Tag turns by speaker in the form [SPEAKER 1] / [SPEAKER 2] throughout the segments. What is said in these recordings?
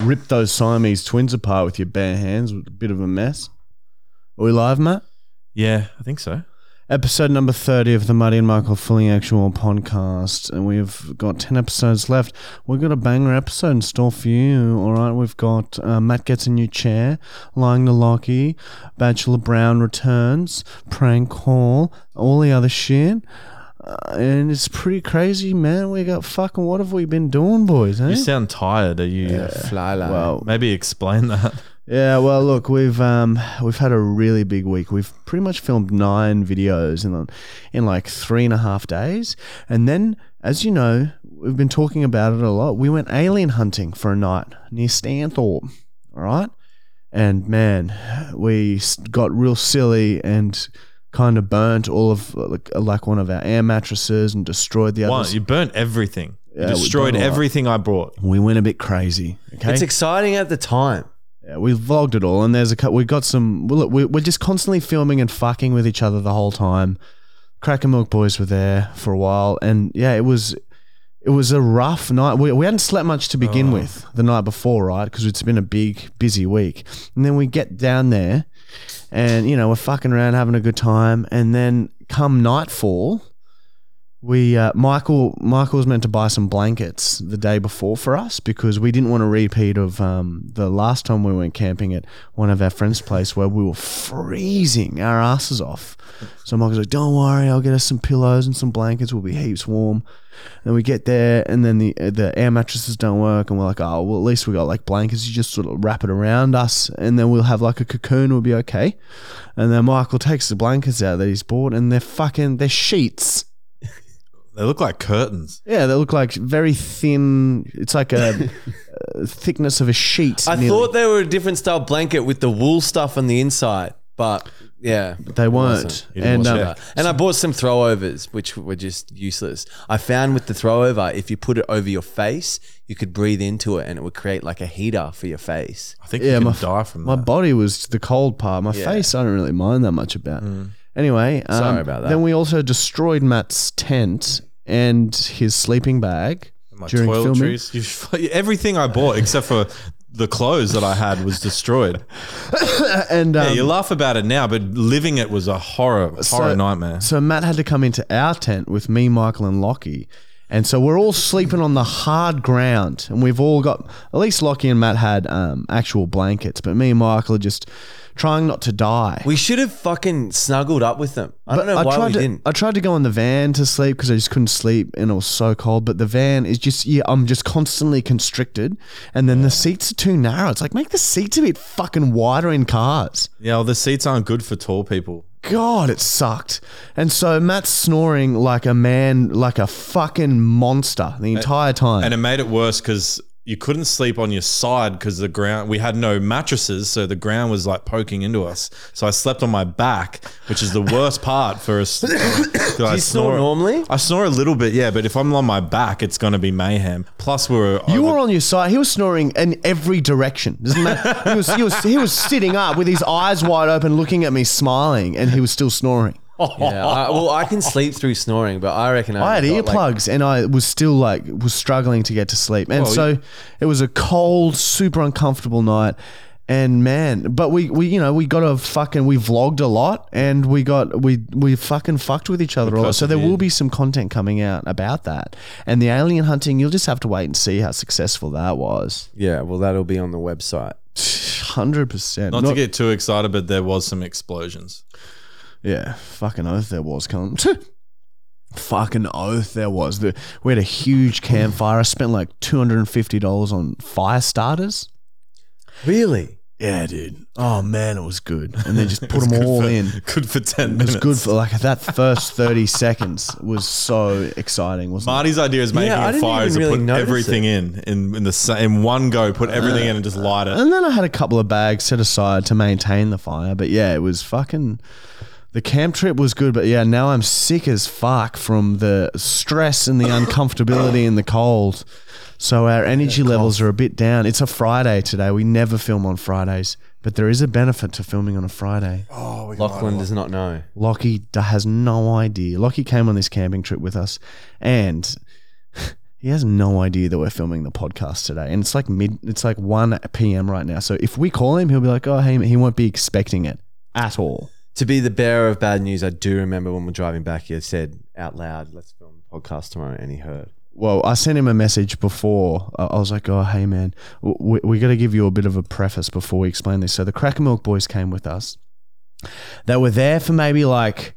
[SPEAKER 1] Rip those Siamese twins apart with your bare hands. A bit of a mess. Are we live, Matt?
[SPEAKER 2] Yeah, I think so.
[SPEAKER 1] Episode number 30 of the Muddy and Michael Fully Actual podcast. And we've got 10 episodes left. We've got a banger episode in store for you. All right. We've got uh, Matt Gets a New Chair, Lying to Lockie, Bachelor Brown Returns, Prank Call, all the other shit. Uh, and it's pretty crazy, man. We got fucking what have we been doing, boys? Eh?
[SPEAKER 2] You sound tired. Are you?
[SPEAKER 3] Fly like.
[SPEAKER 1] well,
[SPEAKER 2] Maybe explain that.
[SPEAKER 1] Yeah, well, look, we've um, we've had a really big week. We've pretty much filmed nine videos in in like three and a half days, and then, as you know, we've been talking about it a lot. We went alien hunting for a night near Stanthorpe, all right, and man, we s- got real silly and kind of burnt all of like, like one of our air mattresses and destroyed the
[SPEAKER 2] Why?
[SPEAKER 1] others.
[SPEAKER 2] You burnt everything.
[SPEAKER 1] Yeah, we
[SPEAKER 2] you destroyed
[SPEAKER 1] burnt a lot.
[SPEAKER 2] everything I brought.
[SPEAKER 1] we went a bit crazy. Okay,
[SPEAKER 3] It's exciting at the time.
[SPEAKER 1] Yeah, we vlogged it all, and there's a cou- we got some. Well, look, we- we're just constantly filming and fucking with each other the whole time. Cracker Milk Boys were there for a while, and yeah, it was it was a rough night. We, we hadn't slept much to begin with the night before, right? Because it's been a big, busy week, and then we get down there, and you know we're fucking around having a good time, and then come nightfall. We uh, Michael Michael was meant to buy some blankets the day before for us because we didn't want a repeat of um, the last time we went camping at one of our friends' place where we were freezing our asses off. So Michael's like, "Don't worry, I'll get us some pillows and some blankets. We'll be heaps warm." And we get there, and then the uh, the air mattresses don't work, and we're like, "Oh, well, at least we got like blankets. You just sort of wrap it around us, and then we'll have like a cocoon. We'll be okay." And then Michael takes the blankets out that he's bought, and they're fucking they're sheets.
[SPEAKER 2] They look like curtains.
[SPEAKER 1] Yeah, they look like very thin. It's like a, a thickness of a sheet.
[SPEAKER 3] I
[SPEAKER 1] nearly.
[SPEAKER 3] thought they were a different style blanket with the wool stuff on the inside, but yeah.
[SPEAKER 1] they weren't.
[SPEAKER 3] wasn't.
[SPEAKER 2] It
[SPEAKER 1] And
[SPEAKER 2] wasn't.
[SPEAKER 1] um,
[SPEAKER 2] Yeah.
[SPEAKER 3] And I bought some throwovers, which were just useless. I found with the throwover, if you put it over your face, you could breathe into it and it would create like a heater for your face.
[SPEAKER 2] I think
[SPEAKER 1] Yeah,
[SPEAKER 2] you can
[SPEAKER 1] my-
[SPEAKER 2] die from
[SPEAKER 1] my
[SPEAKER 2] that.
[SPEAKER 1] body was the cold part. My
[SPEAKER 3] Yeah. Hmm.
[SPEAKER 1] face, I don't really mind that much about. Anyway, um,
[SPEAKER 3] Sorry about that.
[SPEAKER 1] Then we also destroyed Matt's tent and his sleeping bag
[SPEAKER 2] my
[SPEAKER 1] during filming.
[SPEAKER 2] toiletries. You f- everything I bought except for the clothes that I had was destroyed.
[SPEAKER 1] And
[SPEAKER 2] yeah,
[SPEAKER 1] um,
[SPEAKER 2] you laugh about it now, but living it was a horror, horror nightmare.
[SPEAKER 1] So Matt had to come into our tent with me, Michael, and Lockie. And so we're all sleeping on the hard ground, and we've all got at least Lockie and Matt had um, actual blankets, but me and Michael are just trying not to die.
[SPEAKER 3] We should have fucking snuggled up with them. I don't know why
[SPEAKER 1] tried
[SPEAKER 3] we
[SPEAKER 1] to,
[SPEAKER 3] didn't.
[SPEAKER 1] I tried to go in the van to sleep because I just couldn't sleep, and it was so cold. But the van is just yeah, I'm just constantly constricted, and then the seats are too narrow. It's like make the seats a bit fucking wider in cars.
[SPEAKER 2] yeah, well, the seats aren't good for tall people.
[SPEAKER 1] God, it sucked. And so Matt's snoring like a man, like a fucking monster the entire time.
[SPEAKER 2] And it made it worse because you couldn't sleep on your side because the ground, we had no mattresses. So the ground was like poking into us. So I slept on my back, which is the worst part for us. Do
[SPEAKER 3] Do you snore normally?
[SPEAKER 2] I snore a little bit, yeah, but if I'm on my back, it's going to be mayhem. Plus, we were. uh,
[SPEAKER 1] you
[SPEAKER 2] over-
[SPEAKER 1] were on your side. He was snoring in every direction. Doesn't matter. he, was, he, was, he was sitting up with his eyes wide open, looking at me, smiling, and he was still snoring.
[SPEAKER 3] Yeah, I, well, I can sleep through snoring, but I reckon
[SPEAKER 1] I had
[SPEAKER 3] only got, like-
[SPEAKER 1] earplugs and I was still like was struggling to get to sleep. And
[SPEAKER 2] Well,
[SPEAKER 1] so it was a cold, super uncomfortable night. And man, but we, we you know we got a fucking we vlogged a lot and we got we we fucking fucked with each other a lot. So there will be some content coming out about that. And the alien hunting, you'll just have to wait and see how successful that was.
[SPEAKER 3] yeah, well, that'll be on the website.
[SPEAKER 1] Hundred percent.
[SPEAKER 2] Not, to get too excited, but there was some explosions.
[SPEAKER 1] Yeah, fucking oath there was, cunt. fucking oath there was. The, we had a huge campfire. I spent like two hundred and fifty dollars on fire starters.
[SPEAKER 3] Really?
[SPEAKER 1] Yeah, dude. Oh man, it was good. And then just put them
[SPEAKER 2] Good
[SPEAKER 1] all
[SPEAKER 2] for-
[SPEAKER 1] in.
[SPEAKER 2] Good for 10
[SPEAKER 1] It
[SPEAKER 2] minutes.
[SPEAKER 1] was good for like that first thirty seconds was so exciting, wasn't
[SPEAKER 2] Marty's idea is making
[SPEAKER 3] Yeah, I
[SPEAKER 2] a
[SPEAKER 3] didn't
[SPEAKER 2] fire
[SPEAKER 3] even
[SPEAKER 2] is to
[SPEAKER 3] really
[SPEAKER 2] put
[SPEAKER 3] notice
[SPEAKER 2] everything in, in in the sa- in one go, put everything in and just light
[SPEAKER 1] it?
[SPEAKER 2] it.
[SPEAKER 1] And then I had a couple of bags set aside to maintain the fire. But yeah, it was fucking. The camp trip was good, but yeah, now I'm sick as fuck from the stress and the uncomfortability and the cold. So our energy levels are a bit down. It's a Friday today. We never film on Fridays But there is a benefit to filming on a Friday.
[SPEAKER 2] Oh, we
[SPEAKER 3] Lachlan does not know.
[SPEAKER 1] Lockie d- has no idea. Lockie came on this camping trip with us and he has no idea that we're filming the podcast today. And it's like mid it's like 1 p.m. right now. So if we call him, he'll be like, "Oh, hey, he won't be expecting it at all."
[SPEAKER 3] To be the bearer of bad news, I do remember when we're driving back, he said out loud, let's film the podcast tomorrow. And he heard.
[SPEAKER 1] Well, I sent him a message before. I I was like, "Oh, hey man, w- we, we got to give you a bit of a preface before we explain this." So the Cracker Milk Boys came with us. They were there for maybe like,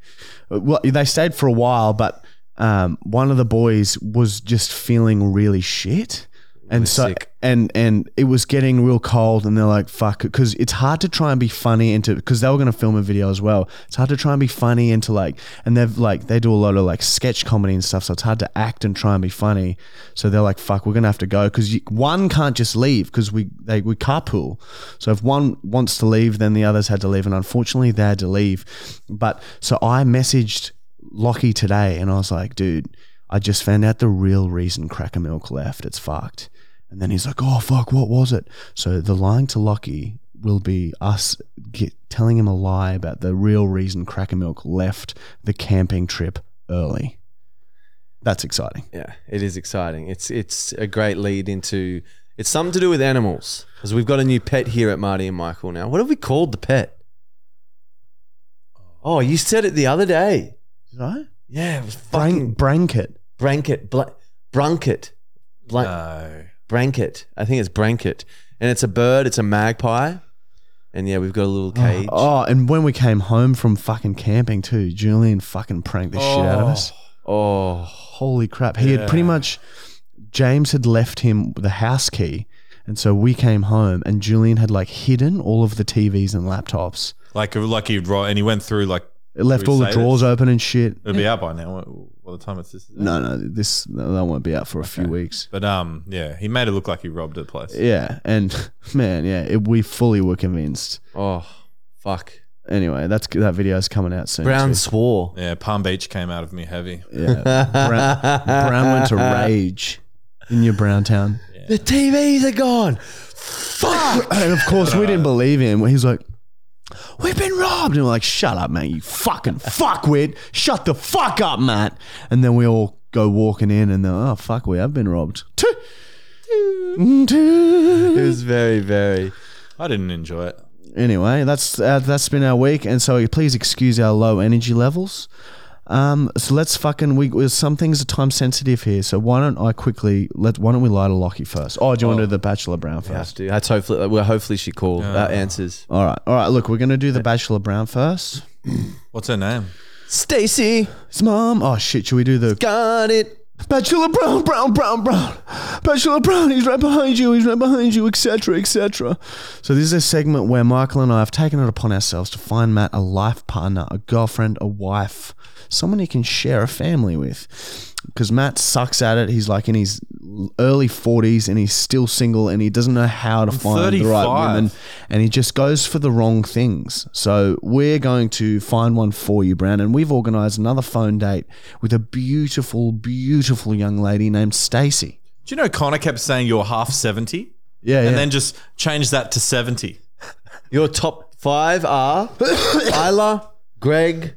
[SPEAKER 1] well, they stayed for a while, but um, one of the boys was just feeling really shit, and
[SPEAKER 3] Was
[SPEAKER 1] so
[SPEAKER 3] sick.
[SPEAKER 1] and and it was getting real cold, and they're like, "Fuck," because it's hard to try and be funny into because they were going to film a video as well. It's hard to try and be funny into like, and they've like they do a lot of like sketch comedy and stuff, so it's hard to act and try and be funny. So they're like, "Fuck, we're gonna have to go," because one can't just leave because we they we carpool. So if one wants to leave, then the others had to leave, and unfortunately they had to leave. But so I messaged Lockie today, and I was like, "Dude." I just found out the real reason Cracker Milk left. It's fucked. And then he's like, oh, fuck, what was it? So the lying to Lockie will be us get, telling him a lie about the real reason Cracker Milk left the camping trip early. That's exciting.
[SPEAKER 3] Yeah, it is exciting. It's it's a great lead into it's something to do with animals because we've got a new pet here at Marty and Michael now. What have we called the pet? Oh, you said it the other day.
[SPEAKER 1] Did I?
[SPEAKER 3] Yeah, it was fucking
[SPEAKER 1] Brain, branket.
[SPEAKER 3] branket, bla- brunket, bla-
[SPEAKER 2] No.
[SPEAKER 3] branket. I think it's branket, and it's a bird. It's a magpie, and yeah, we've got a little cage. Oh,
[SPEAKER 1] Oh, and when we came home from fucking camping too, Julian fucking pranked the shit out of us.
[SPEAKER 3] Oh.
[SPEAKER 1] Holy crap. He had pretty
[SPEAKER 2] Oh. Yeah.
[SPEAKER 1] much James had left him the house key. And so we came home and Julian had like hidden all of the TVs and laptops.
[SPEAKER 2] Like, like he ro- and he went through like
[SPEAKER 1] It left
[SPEAKER 2] we
[SPEAKER 1] all the
[SPEAKER 2] say
[SPEAKER 1] drawers open and shit.
[SPEAKER 2] it'll be out by now. By the time it's this,
[SPEAKER 1] No, no, this no, that won't be out for a few weeks.
[SPEAKER 2] But um, yeah, he made it look like he robbed a place.
[SPEAKER 1] Yeah, and man, yeah, it, we fully were convinced.
[SPEAKER 3] oh, fuck.
[SPEAKER 1] Anyway, that's that video's coming out soon.
[SPEAKER 3] Brown swore.
[SPEAKER 2] Yeah, Palm Beach came out of me heavy.
[SPEAKER 1] too. yeah, Brown, Brown went to rage in your Brown town,
[SPEAKER 3] The TVs are gone. Fuck.
[SPEAKER 1] and of course we didn't believe him. He's like. We've been robbed, and we're like, "Shut up, man! You fucking fuckwit! Shut the fuck up, Matt!" And then we all go walking in, and they're, "Oh fuck, we have been robbed."
[SPEAKER 3] It was very, very.
[SPEAKER 2] I didn't enjoy it.
[SPEAKER 1] anyway, that's uh, that's been our week, and so please excuse our low energy levels. Um, so let's fucking we we- some things are time sensitive here. So why don't I quickly let why don't we lie to Lockie first? Oh, do you want to do the Bachelor Brown
[SPEAKER 3] Have
[SPEAKER 1] first?
[SPEAKER 3] to. That's hopefully. Well, hopefully she called. That answers.
[SPEAKER 1] All right, all right. Look, we're gonna do the Bachelor Brown first.
[SPEAKER 2] What's her name?
[SPEAKER 3] Stacy
[SPEAKER 1] It's mom. Oh shit, should we do the
[SPEAKER 3] got it.
[SPEAKER 1] Bachelor Brown, Brown, Brown, Brown, Bachelor Brown, he's right behind you, he's right behind you, etc., etc. So, this is a segment where Michael and I have taken it upon ourselves to find Matt a life partner, a girlfriend, a wife, someone he can share a family with. Because Matt sucks at it. He's like in his early 40s and he's still single and he doesn't know how to find the right
[SPEAKER 2] 35.
[SPEAKER 1] woman and he just goes for the wrong things. So we're going to find one for you, Brown, and we've organised another phone date with a beautiful, beautiful young lady named Stacy.
[SPEAKER 2] Do you know Connor kept saying you're half seventy,
[SPEAKER 1] Yeah,
[SPEAKER 2] and then just changed that to seventy.
[SPEAKER 3] Your top five are Isla, Greg,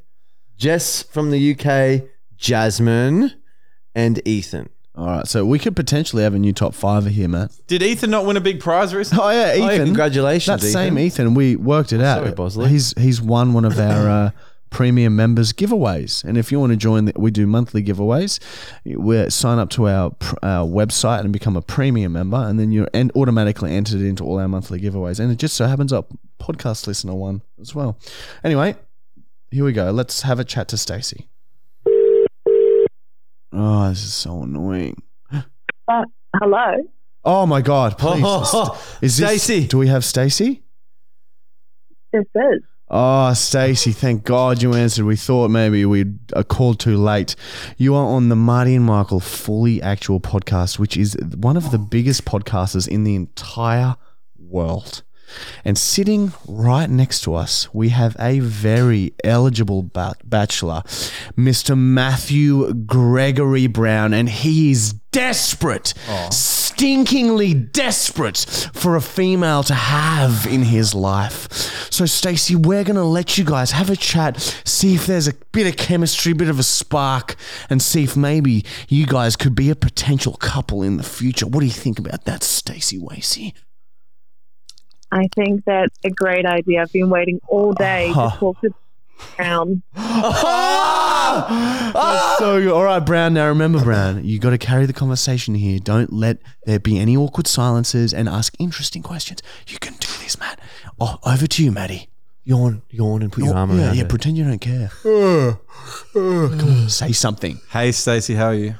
[SPEAKER 3] Jess from the UK, Jasmine, and Ethan.
[SPEAKER 1] all right. So we could potentially have a new top fiver here, Matt.
[SPEAKER 2] Did Ethan not win a big prize recently?
[SPEAKER 1] Oh yeah,
[SPEAKER 3] Oh, yeah,
[SPEAKER 1] Ethan.
[SPEAKER 3] congratulations,
[SPEAKER 1] that same
[SPEAKER 3] Ethan.
[SPEAKER 1] Ethan. We worked it out.
[SPEAKER 3] sorry, Bosley.
[SPEAKER 1] He's he's won one of our. Uh, Premium members giveaways, and if you want to join, the, we do monthly giveaways. We sign up to our, pr- our website and become a premium member, and then you're and automatically entered into all our monthly giveaways. And it just so happens our podcast listener one as well. Anyway, here we go. Let's have a chat to Stacey. Oh, this is so annoying.
[SPEAKER 4] Uh, hello.
[SPEAKER 1] Oh my god! Please, is this?
[SPEAKER 3] Stacey.
[SPEAKER 1] Do we have Stacey?
[SPEAKER 4] This is.
[SPEAKER 1] Oh, Stacey, thank God you answered. We thought maybe we'd uh, called too late. You are on the Marty and Michael Fully Actual podcast, which is one of the biggest podcasters in the entire world. And sitting right next to us, we have a very eligible ba- bachelor, Mr. Matthew Gregory Brown, and he is desperate, stinkingly desperate for a female to have in his life. So, Stacey, we're going to let you guys have a chat, see if there's a bit of chemistry, bit of a spark, and see if maybe you guys could be a potential couple in the future. What do you think about that, Stacey Wasey?
[SPEAKER 4] I think that's a great idea. I've been waiting all day to talk to Brown.
[SPEAKER 1] That's so good. All right, Brown. Now remember, Brown, you got to carry the conversation here. Don't let there be any awkward silences and ask interesting questions. You can do this, Matt. Oh, over to you, Maddie. Oh,
[SPEAKER 3] Yawn, yawn, and put your arm
[SPEAKER 1] yeah,
[SPEAKER 3] around
[SPEAKER 1] yeah.
[SPEAKER 3] her.
[SPEAKER 1] Pretend you don't care. Come on, say something.
[SPEAKER 2] Hey, Stacey, how are you?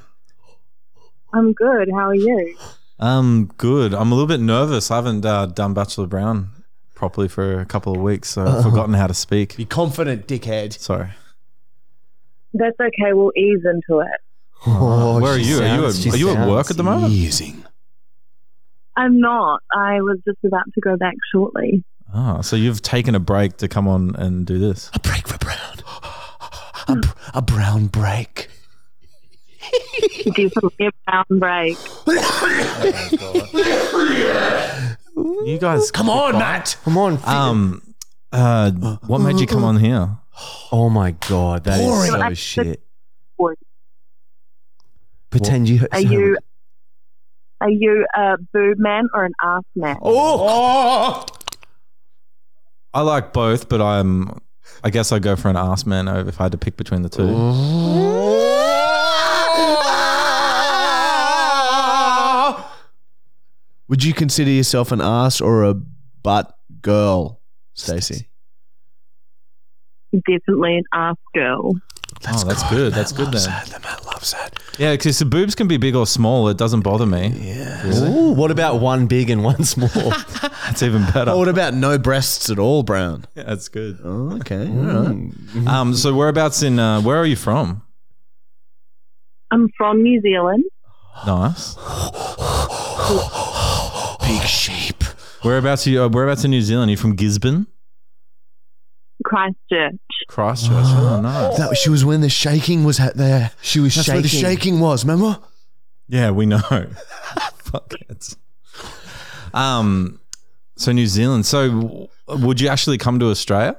[SPEAKER 4] I'm good. How are you?
[SPEAKER 2] Um, good. I'm a little bit nervous. I haven't uh, done Bachelor Brown properly for a couple of weeks, so I've forgotten how to speak.
[SPEAKER 1] Be confident, dickhead.
[SPEAKER 2] Sorry.
[SPEAKER 4] That's okay. We'll ease into it.
[SPEAKER 3] Oh,
[SPEAKER 2] Where are
[SPEAKER 3] she
[SPEAKER 2] you? Are you at-
[SPEAKER 3] sounds- she
[SPEAKER 2] are you at work
[SPEAKER 3] sounds-
[SPEAKER 2] at the moment?
[SPEAKER 1] Amazing.
[SPEAKER 4] I'm not. I was just about to go back shortly.
[SPEAKER 2] Oh, so you've taken a break to come on and do this.
[SPEAKER 1] A break for Brown. A, br- a brown break.
[SPEAKER 4] Definitely a brown break.
[SPEAKER 2] You guys,
[SPEAKER 1] Come on, Matt.
[SPEAKER 3] Come on. fi-
[SPEAKER 2] um, uh, what made you come on here?
[SPEAKER 3] oh my god, that is so shit. Pretend you.
[SPEAKER 4] Are you? Are you a boob man or an ass man?
[SPEAKER 2] Oh, I like both, but I'm. I guess I go for an ass man over if I had to pick between the two.
[SPEAKER 1] Would you consider yourself an ass or a butt girl, Stacey?
[SPEAKER 4] Definitely an ass girl.
[SPEAKER 2] oh, that's good. That's good then.
[SPEAKER 1] The Matt loves that.
[SPEAKER 2] Yeah, because the boobs can be big or small. It doesn't bother me.
[SPEAKER 3] Ooh, what about one big and one small?
[SPEAKER 2] That's even better.
[SPEAKER 1] Oh, what about no breasts at all, Brown?
[SPEAKER 2] Yeah, that's good.
[SPEAKER 1] Oh, okay.
[SPEAKER 2] Um, so whereabouts in? Uh, where are you from?
[SPEAKER 4] I'm from New Zealand.
[SPEAKER 2] Nice.
[SPEAKER 1] Big sheep.
[SPEAKER 2] Whereabouts are you? Uh, whereabouts in New Zealand? Are you from Gisborne?
[SPEAKER 4] Christchurch.
[SPEAKER 2] Christchurch. Oh, nice.
[SPEAKER 1] That she was when the shaking was ha- there. She was That's where the
[SPEAKER 3] shaking.
[SPEAKER 1] shaking was. Remember?
[SPEAKER 2] Yeah, we know. Fuck it. Um, so New Zealand. So w- would you actually come to Australia?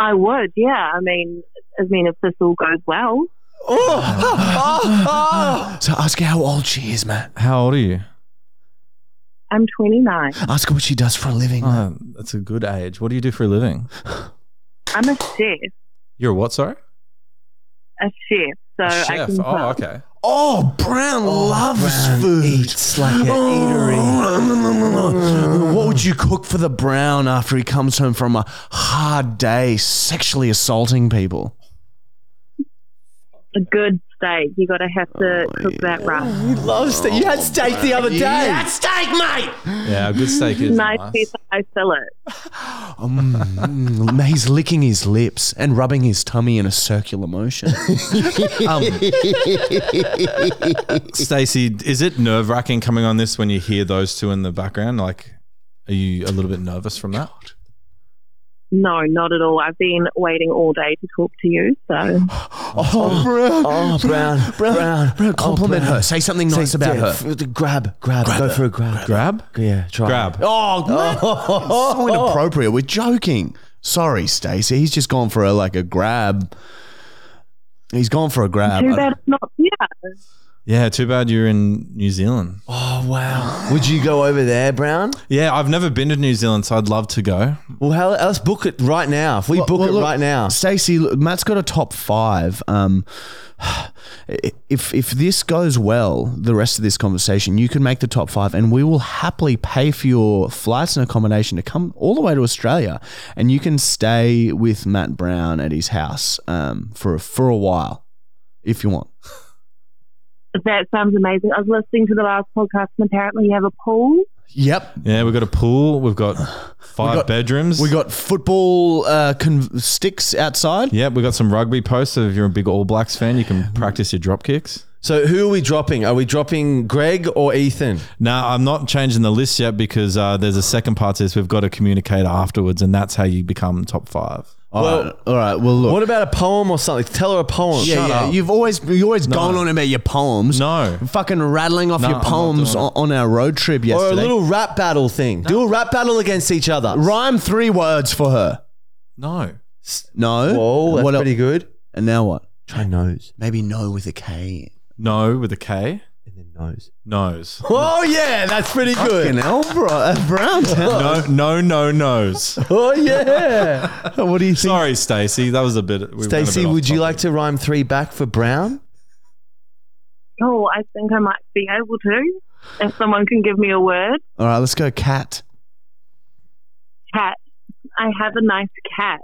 [SPEAKER 4] I would, yeah. I mean, I mean, if this all goes well,
[SPEAKER 1] So ask her how old she is, Matt.
[SPEAKER 2] How old are you?
[SPEAKER 4] I'm 29.
[SPEAKER 1] Ask her what she does for a living. Matt.
[SPEAKER 2] Oh, that's a good age. What do you do for a living?
[SPEAKER 4] I'm a chef,
[SPEAKER 2] You're a what? Sorry,
[SPEAKER 4] a chef.
[SPEAKER 2] A
[SPEAKER 4] So Uh, I
[SPEAKER 2] chef.
[SPEAKER 4] can
[SPEAKER 2] Oh,
[SPEAKER 4] cook.
[SPEAKER 2] okay.
[SPEAKER 1] Oh, Brown loves
[SPEAKER 3] Brown
[SPEAKER 1] food.
[SPEAKER 3] eats like an
[SPEAKER 1] Oh.
[SPEAKER 3] eatery.
[SPEAKER 1] what would you cook for the Brown after he comes home from a hard day sexually assaulting people?
[SPEAKER 4] A good steak. You got to have to cook that
[SPEAKER 2] Oh,
[SPEAKER 4] right.
[SPEAKER 3] You love steak. You had steak the other day.
[SPEAKER 1] steak, mate.
[SPEAKER 2] Yeah, a good steak is
[SPEAKER 4] Nice
[SPEAKER 2] nice.
[SPEAKER 4] piece of I fillet.
[SPEAKER 1] Mm, he's licking his lips and rubbing his tummy in a circular motion. Um,
[SPEAKER 2] Stacey, is it nerve wracking coming on this when you hear those two in the background? Like, are you a little bit nervous from that?
[SPEAKER 4] No, not at all. I've been waiting all day to talk to you, so
[SPEAKER 1] oh, Brown.
[SPEAKER 3] Oh, brown, brown, brown.
[SPEAKER 1] Brown, compliment her. Say something
[SPEAKER 3] Say-
[SPEAKER 1] nice about
[SPEAKER 3] yeah,
[SPEAKER 1] her.
[SPEAKER 3] f- grab, grab, go for a grab.
[SPEAKER 2] Grab,
[SPEAKER 3] Yeah, try.
[SPEAKER 2] grab.
[SPEAKER 1] Oh, Matt, so inappropriate. We're joking. Sorry, Stacey. He's just gone for a like a grab. He's gone for a grab.
[SPEAKER 4] too
[SPEAKER 1] I
[SPEAKER 4] bad it's not here.
[SPEAKER 2] Yeah, too bad you're in New Zealand.
[SPEAKER 3] Oh wow. Would you go over there, Brown?
[SPEAKER 2] Yeah, I've never been to New Zealand, so I'd love to go.
[SPEAKER 3] Well, how, let's book it right now. If we book
[SPEAKER 1] well,
[SPEAKER 3] it
[SPEAKER 1] look-
[SPEAKER 3] right now,
[SPEAKER 1] Uh, Stacey, look, Matt's got a top five. Um, if if this goes well, the rest of this conversation, you can make the top five, and we will happily pay for your flights and accommodation to come all the way to Australia, and you can stay with Matt Brown at his house um, for for a while, if you want.
[SPEAKER 4] That sounds amazing. I was listening to the last podcast, and apparently you have a pool.
[SPEAKER 1] Yep,
[SPEAKER 2] Yeah, we've got a pool. We've got five
[SPEAKER 1] got-
[SPEAKER 2] bedrooms.
[SPEAKER 1] we got football uh, con- sticks outside.
[SPEAKER 2] Yeah, we got some rugby posts. So if you're a big All Blacks fan, you can practice your drop kicks.
[SPEAKER 3] so who are we dropping? Are we dropping Greg or Ethan?
[SPEAKER 2] Now, I'm not changing the list yet because uh, there's a second part to this. We've got to communicate afterwards, and that's how you become top five.
[SPEAKER 1] All
[SPEAKER 3] Well-
[SPEAKER 1] right. all right. Well, look.
[SPEAKER 3] What about a poem or something? Tell her a poem.
[SPEAKER 1] yeah,
[SPEAKER 2] Shut
[SPEAKER 1] yeah.
[SPEAKER 2] up.
[SPEAKER 1] You've always you always gone on about your poems.
[SPEAKER 2] No.
[SPEAKER 1] Fucking rattling off
[SPEAKER 2] No,
[SPEAKER 1] your
[SPEAKER 2] I'm not
[SPEAKER 1] poems
[SPEAKER 2] doing
[SPEAKER 1] on, on our road trip
[SPEAKER 3] Or a
[SPEAKER 1] yesterday.
[SPEAKER 3] little rap battle thing. Do a rap battle against each other.
[SPEAKER 1] Rhyme three words for her.
[SPEAKER 2] No.
[SPEAKER 1] No.
[SPEAKER 3] Whoa, that's
[SPEAKER 1] what el-
[SPEAKER 3] pretty good.
[SPEAKER 1] And now what?
[SPEAKER 3] Try nose.
[SPEAKER 1] Maybe no with a K.
[SPEAKER 2] No with a K.
[SPEAKER 3] And then nose.
[SPEAKER 2] Nose.
[SPEAKER 3] Oh, yeah, that's pretty
[SPEAKER 1] Fucking
[SPEAKER 3] good.
[SPEAKER 1] hell, bro. Uh, Brown town.
[SPEAKER 2] No, no, no, nose.
[SPEAKER 3] Oh, yeah.
[SPEAKER 1] What do you think?
[SPEAKER 2] Sorry, Stacey. That was a bit. we went a bit
[SPEAKER 3] Stacey,
[SPEAKER 2] off
[SPEAKER 3] would you
[SPEAKER 2] topic.
[SPEAKER 3] like to rhyme three back for Brown?
[SPEAKER 4] Oh, I think I might be able to. If someone can give me a word.
[SPEAKER 1] All right, let's go cat.
[SPEAKER 4] Cat. I have a nice cat.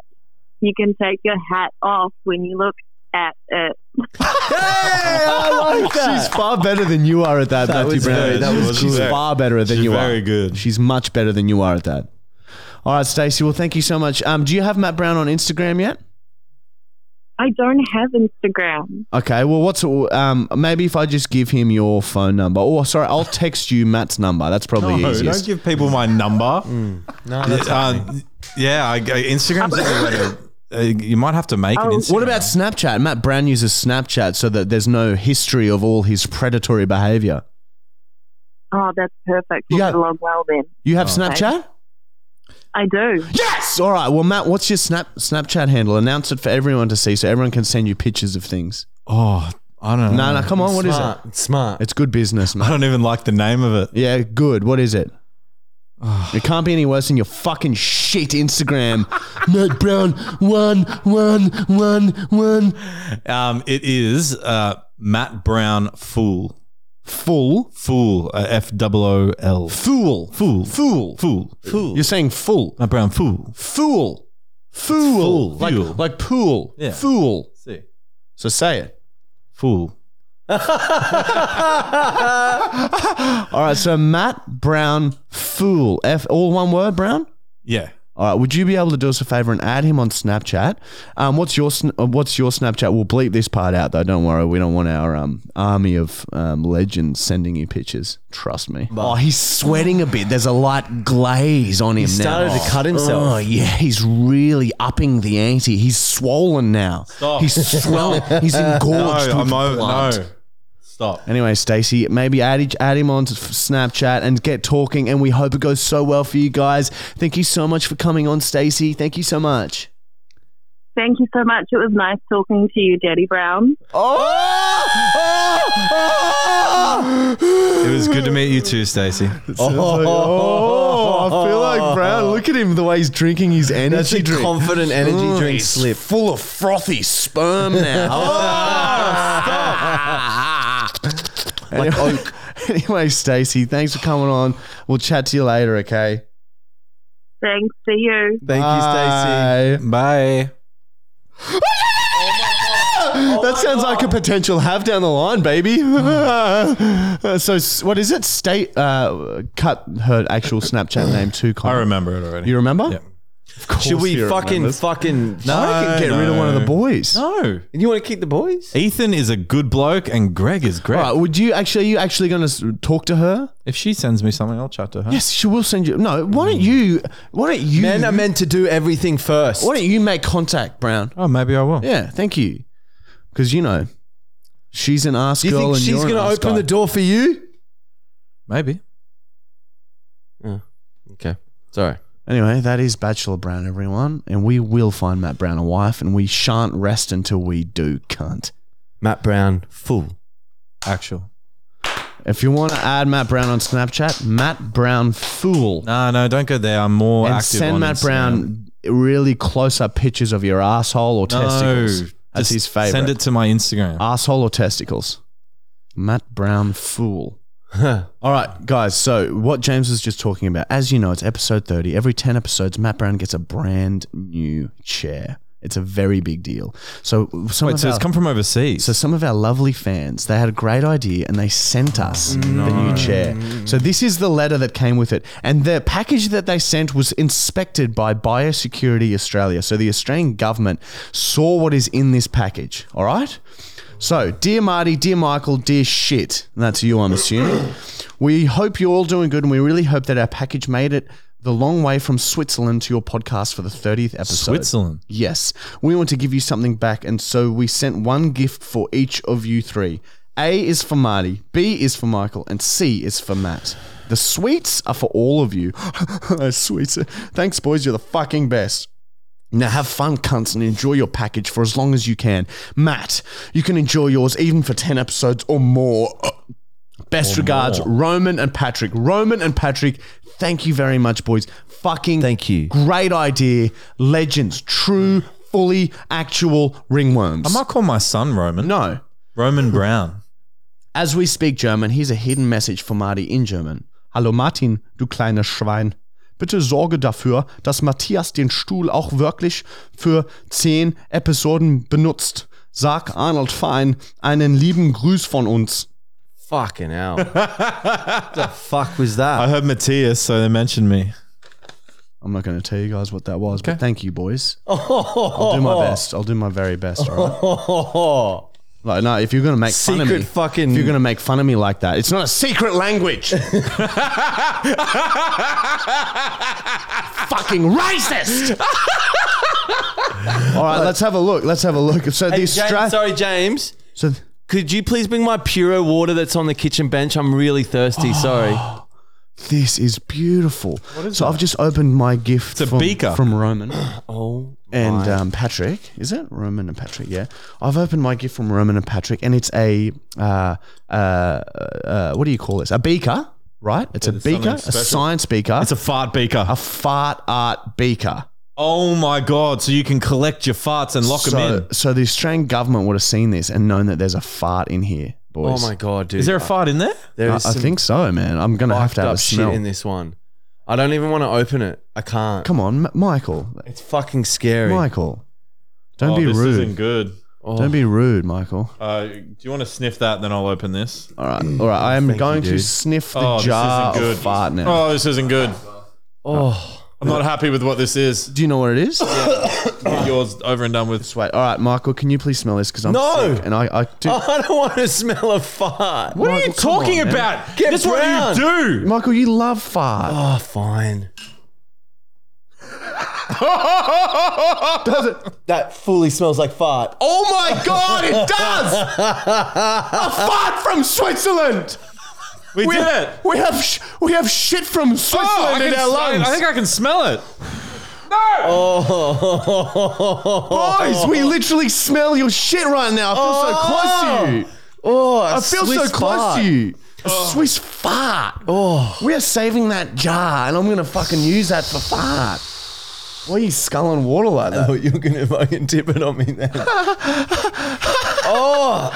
[SPEAKER 4] You can take your hat off when you look at it.
[SPEAKER 1] I like that. She's far better than you are at that,
[SPEAKER 3] That
[SPEAKER 1] Matthew
[SPEAKER 3] was
[SPEAKER 1] Brown.
[SPEAKER 2] very- that was
[SPEAKER 1] She's
[SPEAKER 2] good.
[SPEAKER 1] far better than
[SPEAKER 2] She's
[SPEAKER 1] you
[SPEAKER 2] very
[SPEAKER 1] are.
[SPEAKER 2] good.
[SPEAKER 1] She's much better than you are at that. All right, Stacey. Well, thank you so much. Um, do you have Matt Brown on Instagram yet?
[SPEAKER 4] I don't have Instagram.
[SPEAKER 1] Okay. Well, what's um maybe if I just give him your phone number. Oh, sorry, I'll text you Matt's number. That's probably
[SPEAKER 2] No,
[SPEAKER 1] easiest.
[SPEAKER 2] don't give people my number.
[SPEAKER 3] Mm. No,
[SPEAKER 2] Uh, yeah, I, I, Instagram's the only way to- uh, you might have to make an
[SPEAKER 4] Oh.
[SPEAKER 2] Instagram.
[SPEAKER 1] What about Snapchat? Matt Brown uses Snapchat so that there's no history of all his predatory behavior.
[SPEAKER 4] Oh, that's perfect. We'll
[SPEAKER 1] Yeah.
[SPEAKER 4] get along well then.
[SPEAKER 1] You
[SPEAKER 2] Oh.
[SPEAKER 1] have Snapchat?
[SPEAKER 4] I do.
[SPEAKER 1] Yes. All right. Well, Matt, what's your snap Snapchat handle? Announce it for everyone to see, so everyone can send you pictures of things.
[SPEAKER 2] Oh, I don't know.
[SPEAKER 1] No, no. Come on. What is
[SPEAKER 3] smart. It's smart.
[SPEAKER 1] it? It's good business,
[SPEAKER 2] I
[SPEAKER 1] Matt.
[SPEAKER 2] don't even like the name of it.
[SPEAKER 1] Yeah, good. What is it? It can't be any worse than your fucking shit Instagram. Matt Brown one one one one
[SPEAKER 2] Um, it is uh, Matt Brown Fool.
[SPEAKER 1] full
[SPEAKER 2] Fool. Uh, F O O L.
[SPEAKER 1] fool
[SPEAKER 2] Fool.
[SPEAKER 1] fool
[SPEAKER 2] Fool.
[SPEAKER 1] You're saying full
[SPEAKER 2] Matt Brown Fool.
[SPEAKER 1] fool fool
[SPEAKER 2] Fool.
[SPEAKER 1] like
[SPEAKER 2] Fool.
[SPEAKER 1] like pool
[SPEAKER 2] Yeah.
[SPEAKER 1] fool.
[SPEAKER 2] See.
[SPEAKER 1] So say it.
[SPEAKER 2] Fool.
[SPEAKER 1] All right. So Matt Brown fool f all one word Brown.
[SPEAKER 2] Yeah.
[SPEAKER 1] All right. Would you be able to do us a favor and add him on Snapchat? Um, what's your sn- uh, What's your Snapchat? We'll bleep this part out though. Don't worry. We don't want our um, army of um, legends sending you pictures. Trust me. oh, he's sweating a bit. There's a light glaze on him
[SPEAKER 3] He started
[SPEAKER 1] now.
[SPEAKER 3] to cut himself.
[SPEAKER 1] Oh yeah, he's really upping the ante. He's swollen now.
[SPEAKER 2] Stop.
[SPEAKER 1] He's swelling. he's
[SPEAKER 2] No,
[SPEAKER 1] engorged.
[SPEAKER 2] I'm
[SPEAKER 1] with
[SPEAKER 2] over.
[SPEAKER 1] blood.
[SPEAKER 2] No. Stop.
[SPEAKER 1] Anyway, Stacey, maybe add, add him on to Snapchat and get talking. And we hope it goes so well for you guys. Thank you so much for coming on, Stacey. Thank you so much.
[SPEAKER 4] Thank you so much. It was nice talking to you, Daddy Brown.
[SPEAKER 2] It was good to meet you too, Stacey.
[SPEAKER 1] Oh, I feel like Brown. Look at him, the way he's drinking his energy
[SPEAKER 3] That's a
[SPEAKER 1] drink. Mm.
[SPEAKER 3] confident energy drink slip.
[SPEAKER 1] full of frothy sperm now.
[SPEAKER 3] Oh. Like
[SPEAKER 1] anyway, anyway Stacey, thanks for coming on. We'll chat to you later, okay?
[SPEAKER 4] Thanks. See you.
[SPEAKER 3] Thank you,
[SPEAKER 1] Bye.
[SPEAKER 2] Bye.
[SPEAKER 3] Oh
[SPEAKER 1] that sounds like a potential have down the line, baby.
[SPEAKER 3] Hmm.
[SPEAKER 1] Uh, so, s- what is it? State uh, cut her actual Snapchat name too.
[SPEAKER 2] I
[SPEAKER 1] Connor.
[SPEAKER 2] remember it already.
[SPEAKER 1] You remember?
[SPEAKER 2] Yeah.
[SPEAKER 1] Of course
[SPEAKER 3] Stacey. Should
[SPEAKER 1] he
[SPEAKER 3] we fucking,
[SPEAKER 1] remembers.
[SPEAKER 3] fucking.
[SPEAKER 2] No.
[SPEAKER 1] I reckon get rid of one of the
[SPEAKER 2] no.
[SPEAKER 1] boys.
[SPEAKER 2] No.
[SPEAKER 3] And you want to keep the boys?
[SPEAKER 2] Ethan is a good bloke and Greg is great.
[SPEAKER 1] All right. Would you actually? Are you actually going to talk to her?
[SPEAKER 2] If she sends me something, I'll chat to her.
[SPEAKER 1] Yes, she will send you. No. Why don't you? Why don't you?
[SPEAKER 3] Men are meant to do everything first.
[SPEAKER 1] why don't you make contact, Brown?
[SPEAKER 2] Oh, maybe I will.
[SPEAKER 1] Yeah. Thank you. Because you know, she's an ass
[SPEAKER 3] Do you
[SPEAKER 1] girl,
[SPEAKER 3] think
[SPEAKER 1] and
[SPEAKER 3] she's
[SPEAKER 1] you're
[SPEAKER 3] going to
[SPEAKER 1] an ass
[SPEAKER 3] open
[SPEAKER 1] guy.
[SPEAKER 3] the door for you?
[SPEAKER 2] Maybe.
[SPEAKER 3] Okay. Sorry.
[SPEAKER 1] Anyway, that is Bachelor Brown, everyone, and we will find Matt Brown a wife, and we shan't rest until we do, cunt.
[SPEAKER 3] Matt Brown, fool.
[SPEAKER 2] Actual.
[SPEAKER 1] If you want to add Matt Brown on Snapchat, Matt Brown Fool,
[SPEAKER 2] No, no, don't go there. I'm more
[SPEAKER 1] and
[SPEAKER 2] active.
[SPEAKER 1] send
[SPEAKER 2] on
[SPEAKER 1] Matt
[SPEAKER 2] Instagram.
[SPEAKER 1] Brown really close-up pictures of your asshole or testicles. That's
[SPEAKER 2] just
[SPEAKER 1] his favorite.
[SPEAKER 2] Send it to my Instagram.
[SPEAKER 1] asshole or testicles. Matt Brown Fool. All right, guys. So, what James was just talking about, as you know, it's episode 30. Every 10 episodes, Matt Brown gets a brand new chair. It's a very big deal. So, some
[SPEAKER 2] Wait,
[SPEAKER 1] of
[SPEAKER 2] so it's
[SPEAKER 1] our-
[SPEAKER 2] come from overseas.
[SPEAKER 1] So some of our lovely fans, they had a great idea and they sent us the new chair. So this is the letter that came with it. And the package that they sent was inspected by Biosecurity Australia. So the Australian government saw what is in this package. All right? So, dear Marty, dear Michael, dear shit, and that's you, I'm assuming. We hope you're all doing good and we really hope that our package made it the long way from Switzerland to your podcast for the 30th episode.
[SPEAKER 2] Switzerland.
[SPEAKER 1] Yes. We want to give you something back, and so we sent one gift for each of you three. A is for Marty, B is for Michael, and C is for Matt. The sweets are for all of you. sweets. Thanks, boys. You're the fucking best. Now have fun, cunts, and enjoy your package for as long as you can. Matt, you can enjoy yours even for 10 episodes or more. Best regards,
[SPEAKER 2] more.
[SPEAKER 1] Roman and Patrick. Roman and Patrick, thank you very much, boys. Fucking
[SPEAKER 3] Thank you.
[SPEAKER 1] Great idea. Legends, true, fully actual ringworms.
[SPEAKER 2] I might call my son Roman.
[SPEAKER 1] no.
[SPEAKER 2] Roman Brown.
[SPEAKER 1] As we speak German, here's a hidden message for Marty in German. Hallo Martin, du kleines Schwein. Bitte sorge dafür, dass Matthias den Stuhl auch wirklich für zehn Episoden benutzt. Sag Arnold Fein einen lieben Gruß von uns.
[SPEAKER 3] Fucking hell. the fuck was
[SPEAKER 2] I
[SPEAKER 3] that?
[SPEAKER 2] heard Matthias, so they mentioned me.
[SPEAKER 1] I'm not going to tell you guys what that was, but thank you, boys.
[SPEAKER 3] Oh,
[SPEAKER 1] I'll do my best. I'll do my very best. All right. Like, no, if you're going to make fun of
[SPEAKER 3] Secret
[SPEAKER 1] me,
[SPEAKER 3] fucking-
[SPEAKER 2] Mm.
[SPEAKER 1] if you're going to make fun of me like that, it's not a secret language. fucking racist. All right, let's have a look. Let's have a look. So
[SPEAKER 3] Hey,
[SPEAKER 1] the
[SPEAKER 3] James,
[SPEAKER 1] Austra-
[SPEAKER 3] sorry, James.
[SPEAKER 1] so
[SPEAKER 3] Could you please bring my Puro water that's on the kitchen bench? I'm really thirsty. Sorry.
[SPEAKER 1] this is beautiful. so I've just opened my gift
[SPEAKER 2] It's a
[SPEAKER 1] from,
[SPEAKER 2] beaker.
[SPEAKER 1] from Roman.
[SPEAKER 3] Oh,
[SPEAKER 1] and um, Patrick. Is it Roman and Patrick? Yeah, I've opened my gift from Roman and Patrick, and it's a uh, uh, uh, what do you call this? A beaker, right? It's a
[SPEAKER 2] it's something
[SPEAKER 1] beaker, a
[SPEAKER 2] special.
[SPEAKER 1] science beaker.
[SPEAKER 2] It's a fart beaker.
[SPEAKER 1] a fart art beaker.
[SPEAKER 2] Oh my god! So you can collect your farts and lock
[SPEAKER 1] so,
[SPEAKER 2] them in.
[SPEAKER 1] so the Australian government would have seen this and known that there's a fart in here,
[SPEAKER 3] oh
[SPEAKER 1] boys.
[SPEAKER 3] my god, dude.
[SPEAKER 2] Is there a fart in there?
[SPEAKER 1] I,
[SPEAKER 3] there is
[SPEAKER 1] I
[SPEAKER 3] some
[SPEAKER 1] think so, man. I'm gonna have
[SPEAKER 3] fucked
[SPEAKER 1] to have
[SPEAKER 3] up
[SPEAKER 1] a
[SPEAKER 3] shit
[SPEAKER 1] smell.
[SPEAKER 3] in this one. I don't even want to open it. I can't.
[SPEAKER 1] Come on, M- Michael.
[SPEAKER 3] It's fucking scary.
[SPEAKER 1] Michael, don't
[SPEAKER 2] oh,
[SPEAKER 1] be
[SPEAKER 2] this isn't
[SPEAKER 1] rude.
[SPEAKER 2] good.
[SPEAKER 3] Oh.
[SPEAKER 1] Don't be rude, Michael.
[SPEAKER 2] Uh, do you want to sniff that? Then I'll open this.
[SPEAKER 1] All right, all right. I am going to
[SPEAKER 3] dude.
[SPEAKER 1] sniff the
[SPEAKER 2] Oh,
[SPEAKER 1] jar
[SPEAKER 2] this isn't
[SPEAKER 1] of
[SPEAKER 2] good.
[SPEAKER 1] fart now.
[SPEAKER 2] Oh, this isn't good.
[SPEAKER 3] Oh.
[SPEAKER 2] I'm not happy with what this is.
[SPEAKER 1] Do you know what it is?
[SPEAKER 2] Get yours over and done with.
[SPEAKER 1] Just wait. All right, Michael, can you please smell this? Because I'm
[SPEAKER 3] No! Oh.
[SPEAKER 1] sick and I, I do.
[SPEAKER 3] I don't want to smell a fart.
[SPEAKER 2] What are you
[SPEAKER 1] Michael, come
[SPEAKER 2] talking
[SPEAKER 1] on, man.
[SPEAKER 2] about?
[SPEAKER 3] Get
[SPEAKER 2] That's what
[SPEAKER 3] brown.
[SPEAKER 2] you do.
[SPEAKER 1] Michael, you love fart.
[SPEAKER 3] Oh, fine.
[SPEAKER 1] Does it?
[SPEAKER 3] That fully smells like fart.
[SPEAKER 1] Oh my God, it does! A fart from Switzerland.
[SPEAKER 2] We did it.
[SPEAKER 1] We have sh- we have shit from Switzerland
[SPEAKER 2] Oh, I,
[SPEAKER 1] in
[SPEAKER 2] can,
[SPEAKER 1] our
[SPEAKER 2] I,
[SPEAKER 1] lungs.
[SPEAKER 2] I think I can smell it.
[SPEAKER 3] Oh,
[SPEAKER 1] Boys, we literally smell your shit right now. I feel so close to you.
[SPEAKER 3] oh
[SPEAKER 1] I feel so close to you. A
[SPEAKER 2] Oh.
[SPEAKER 1] Swiss fart. Oh, we are saving that jar, and I'm gonna fucking use that for fart. Why are you sculling water like that?
[SPEAKER 3] Oh, you're gonna fucking tip it on me then. oh,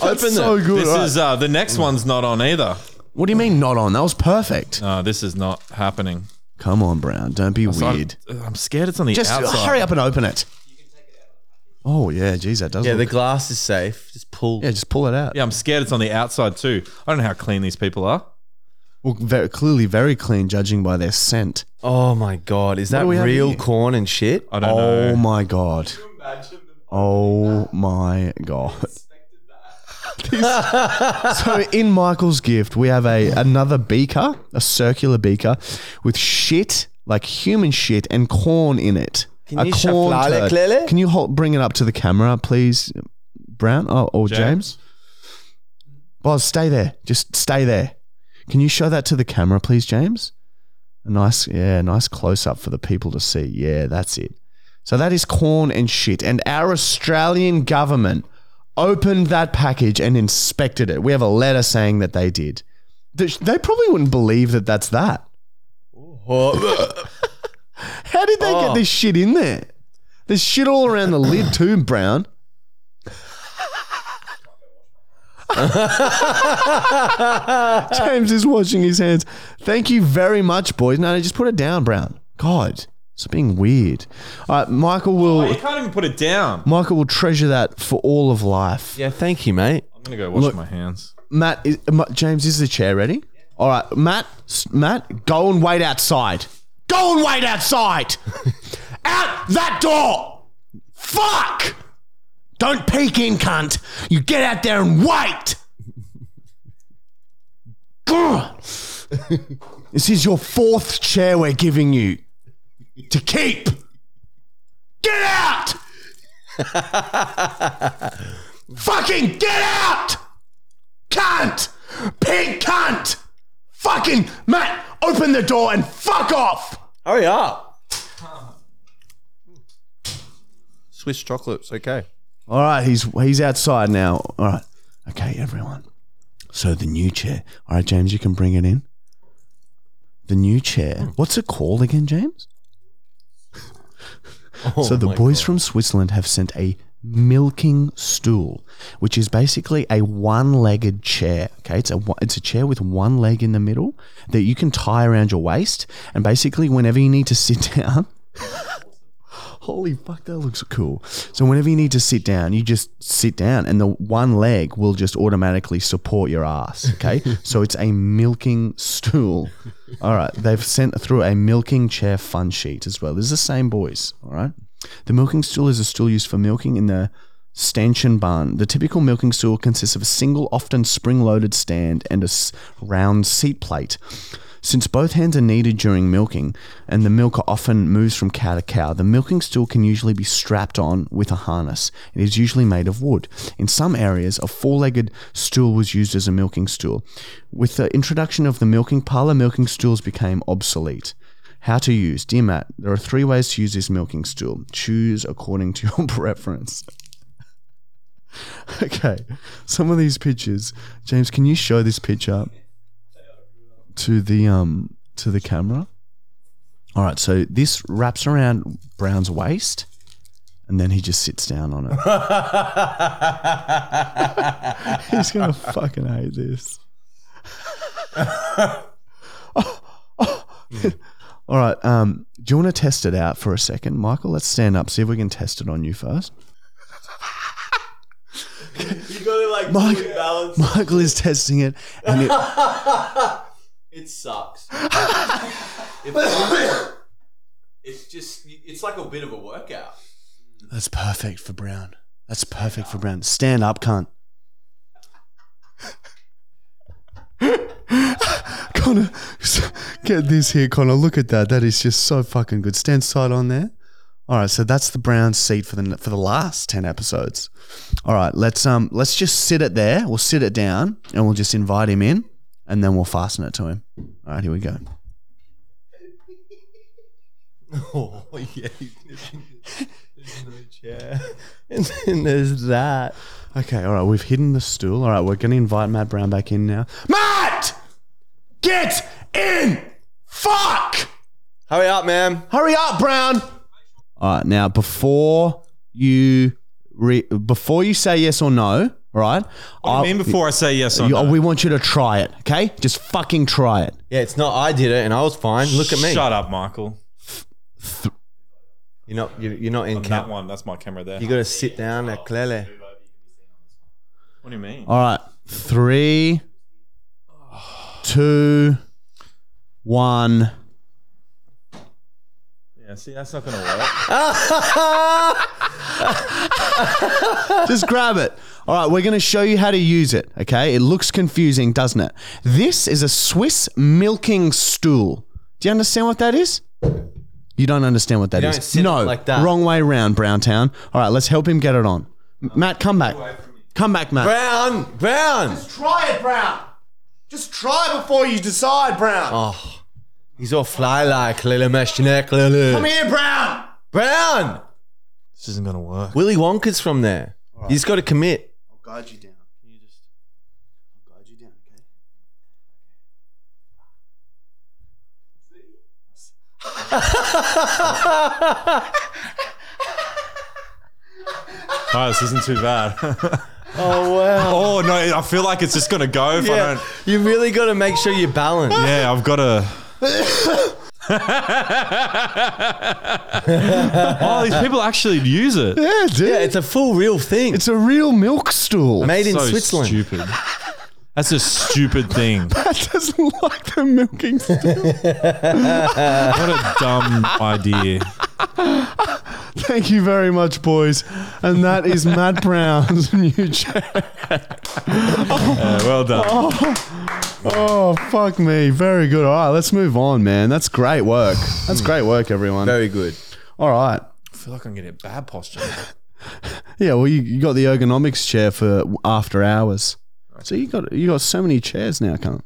[SPEAKER 1] That's
[SPEAKER 3] open
[SPEAKER 1] so
[SPEAKER 3] it.
[SPEAKER 1] good.
[SPEAKER 2] This
[SPEAKER 1] All right.
[SPEAKER 2] is uh, the next one's not on either.
[SPEAKER 1] What do you mean not on? That was perfect.
[SPEAKER 2] No, this is not happening.
[SPEAKER 1] Come on, Brown. Don't be
[SPEAKER 2] So I'm- uh,
[SPEAKER 1] weird.
[SPEAKER 2] I'm, scared it's on the
[SPEAKER 1] Just
[SPEAKER 2] outside.
[SPEAKER 1] hurry up and open it. Oh yeah, geez, that does.
[SPEAKER 3] Yeah,
[SPEAKER 1] Yeah,
[SPEAKER 3] the glass is safe. Just pull.
[SPEAKER 1] yeah, just pull it out.
[SPEAKER 2] Yeah, I'm scared it's on the outside too. I don't know how clean these people are.
[SPEAKER 1] Well, very, clearly very clean, judging by their scent.
[SPEAKER 3] Oh my god, is that
[SPEAKER 1] do we have
[SPEAKER 3] real
[SPEAKER 1] here?
[SPEAKER 3] corn and shit?
[SPEAKER 2] I don't know.
[SPEAKER 1] Oh my god. Oh my god. so in Michael's gift, we have a another beaker, a circular beaker, with shit like human shit and corn in it.
[SPEAKER 3] Can
[SPEAKER 1] a
[SPEAKER 3] you
[SPEAKER 1] corn
[SPEAKER 3] shuffle it,
[SPEAKER 1] turd.
[SPEAKER 3] clearly?
[SPEAKER 1] Can you hold, bring it up to the camera, please, Brown? Oh, or James?
[SPEAKER 2] James?
[SPEAKER 1] Boz, stay there. Just stay there. Can you show that to the camera, please, James? A nice, yeah, nice close up for the people to see. Yeah, that's it. So that is corn and shit. And our Australian government opened that package and inspected it. We have a letter saying that they did. They they probably wouldn't believe that that's that.
[SPEAKER 3] Oh,
[SPEAKER 1] How did they get
[SPEAKER 3] Oh.
[SPEAKER 1] this shit in there? There's shit all around the lid too, Brown. James is washing his hands. Thank you very much, boys. No, no, just put it down, Brown. God, it's being weird. All right, Michael will
[SPEAKER 2] You can't even put it down.
[SPEAKER 1] Michael will treasure that for all of life.
[SPEAKER 3] yeah, thank you, mate.
[SPEAKER 2] I'm gonna go wash
[SPEAKER 1] Look.
[SPEAKER 2] my hands.
[SPEAKER 1] Matt, is, uh, Ma- James, is the chair ready? All right, Matt, s- Matt, go and wait outside. Go and wait outside. Out that door. Fuck. Don't peek in, cunt. You get out there and wait. Grr. This is your fourth chair we're giving you to keep. Get out! Fucking get out! Cunt! Pig cunt! Fucking Matt, open the door and fuck off!
[SPEAKER 3] Hurry up. Swiss chocolates, okay.
[SPEAKER 1] All right, he's he's outside now. All right, okay, everyone. So the new chair. All right, James, you can bring it in. The new chair. What's it called again, James?
[SPEAKER 3] Oh
[SPEAKER 1] so the boys from Switzerland have sent a milking stool, which is basically a one-legged chair. Okay, it's a one- it's a chair with one leg in the middle that you can tie around your waist, and basically whenever you need to sit down. Holy fuck, that looks cool. So whenever you need to sit down, you just sit down and the one leg will just automatically support your ass. Okay. so it's a milking stool. All right. They've sent through a milking chair fun sheet as well. This is the same boys. All right. The milking stool is a stool used for milking in the stanchion barn. The typical milking stool consists of a single, often spring loaded stand and a s- round seat plate. Since both hands are needed during milking and the milker often moves from cow to cow, the milking stool can usually be strapped on with a harness. It is usually made of wood. In some areas, a four legged stool was used as a milking stool. With the introduction of the milking parlor, milking stools became obsolete. How to use. Dear Matt, there are three ways to use this milking stool. Choose according to your preference. okay. Some of these pictures. James, can you show this picture to the um to the camera? All right, so this wraps around Brown's waist and then he just sits down on it. He's going to fucking hate this. All right. Um, do you want to test it out for a second, Michael? Let's stand up, see if we can test it on you first.
[SPEAKER 3] You gotta like
[SPEAKER 1] Mike-
[SPEAKER 3] do it balance.
[SPEAKER 1] Michael is testing it, and it,
[SPEAKER 3] It sucks. It's- it's just it's like a bit of a workout.
[SPEAKER 1] that's perfect for Brown. That's perfect for Brown. Stand up, cunt. Connor, get this here, Connor. Look at that. That is just so fucking good. Stand side on there. All right, so that's the Brown seat for the for the last ten episodes. All right, let's um let's just sit it there. We'll sit it down, and we'll just invite him in, and then we'll fasten it to him. All right, here we go.
[SPEAKER 3] Oh yeah. There's no chair. And then there's that.
[SPEAKER 1] Okay, all right, we've hidden the stool. All right, we're going to invite Matt Brown back in now. Matt! Get in! Fuck!
[SPEAKER 3] Hurry up, man.
[SPEAKER 1] Hurry up, Brown! All right, now before you re- before you say yes or no, all right?
[SPEAKER 2] I mean, before I say yes or
[SPEAKER 1] you-
[SPEAKER 2] no.
[SPEAKER 1] we want you to try it, okay? Just fucking try it.
[SPEAKER 3] Yeah, it's not I did it and I was fine. Look at me.
[SPEAKER 2] Shut up, Michael.
[SPEAKER 3] You're not you're, you're not in
[SPEAKER 2] That
[SPEAKER 3] camp.
[SPEAKER 2] one, that's my camera there.
[SPEAKER 3] You gotta sit down there, clearly.
[SPEAKER 2] what do you mean?
[SPEAKER 1] All right, three, two, one.
[SPEAKER 2] Yeah, see, that's not gonna work.
[SPEAKER 1] Just grab it. All right, we're going to show you how to use it. Okay, it looks confusing, doesn't it? This is a Swiss milking stool. Do you understand what that is? You don't understand what that is.
[SPEAKER 3] don't sit
[SPEAKER 1] no,
[SPEAKER 3] like that.
[SPEAKER 1] wrong way round, Browntown. All right, let's help him get it on. M- Matt, come back. Come back, Matt.
[SPEAKER 3] Brown! Brown!
[SPEAKER 1] Try it, Brown. Just try before you decide, Brown.
[SPEAKER 3] Oh. He's all fly like Lily Meshnek Lily.
[SPEAKER 1] here, Brown.
[SPEAKER 3] Brown!
[SPEAKER 2] this isn't gonna work.
[SPEAKER 3] Willy Wonka's from there. You just gotta commit.
[SPEAKER 1] I'll guide you down. Can you just? I'll guide you down, okay?
[SPEAKER 2] Oh, this isn't too bad.
[SPEAKER 3] Oh wow.
[SPEAKER 2] oh no, I feel like it's just gonna go if I
[SPEAKER 3] Yeah,
[SPEAKER 2] don't.
[SPEAKER 3] you really gotta make sure you balance.
[SPEAKER 2] Yeah, I've got to. oh, these people actually use it.
[SPEAKER 1] Yeah, dude.
[SPEAKER 3] Yeah, it's a full real thing.
[SPEAKER 1] it's a real milk stool.
[SPEAKER 3] made in
[SPEAKER 2] so
[SPEAKER 3] Switzerland.
[SPEAKER 2] Stupid. That's a stupid thing.
[SPEAKER 1] That doesn't like the milking stool.
[SPEAKER 2] What a dumb idea.
[SPEAKER 1] Thank you very much, boys. And that is Matt Brown's new chair.
[SPEAKER 2] Yeah, well done.
[SPEAKER 1] Oh, fuck me. Very good. All right, let's move on, man. That's great work.
[SPEAKER 2] Hmm.
[SPEAKER 1] That's great work, everyone.
[SPEAKER 3] Very good.
[SPEAKER 1] All right.
[SPEAKER 2] I feel like I'm getting bad posture.
[SPEAKER 1] Yeah, well, you, you got the ergonomics chair for after hours. So you got you got so many chairs now, cunt.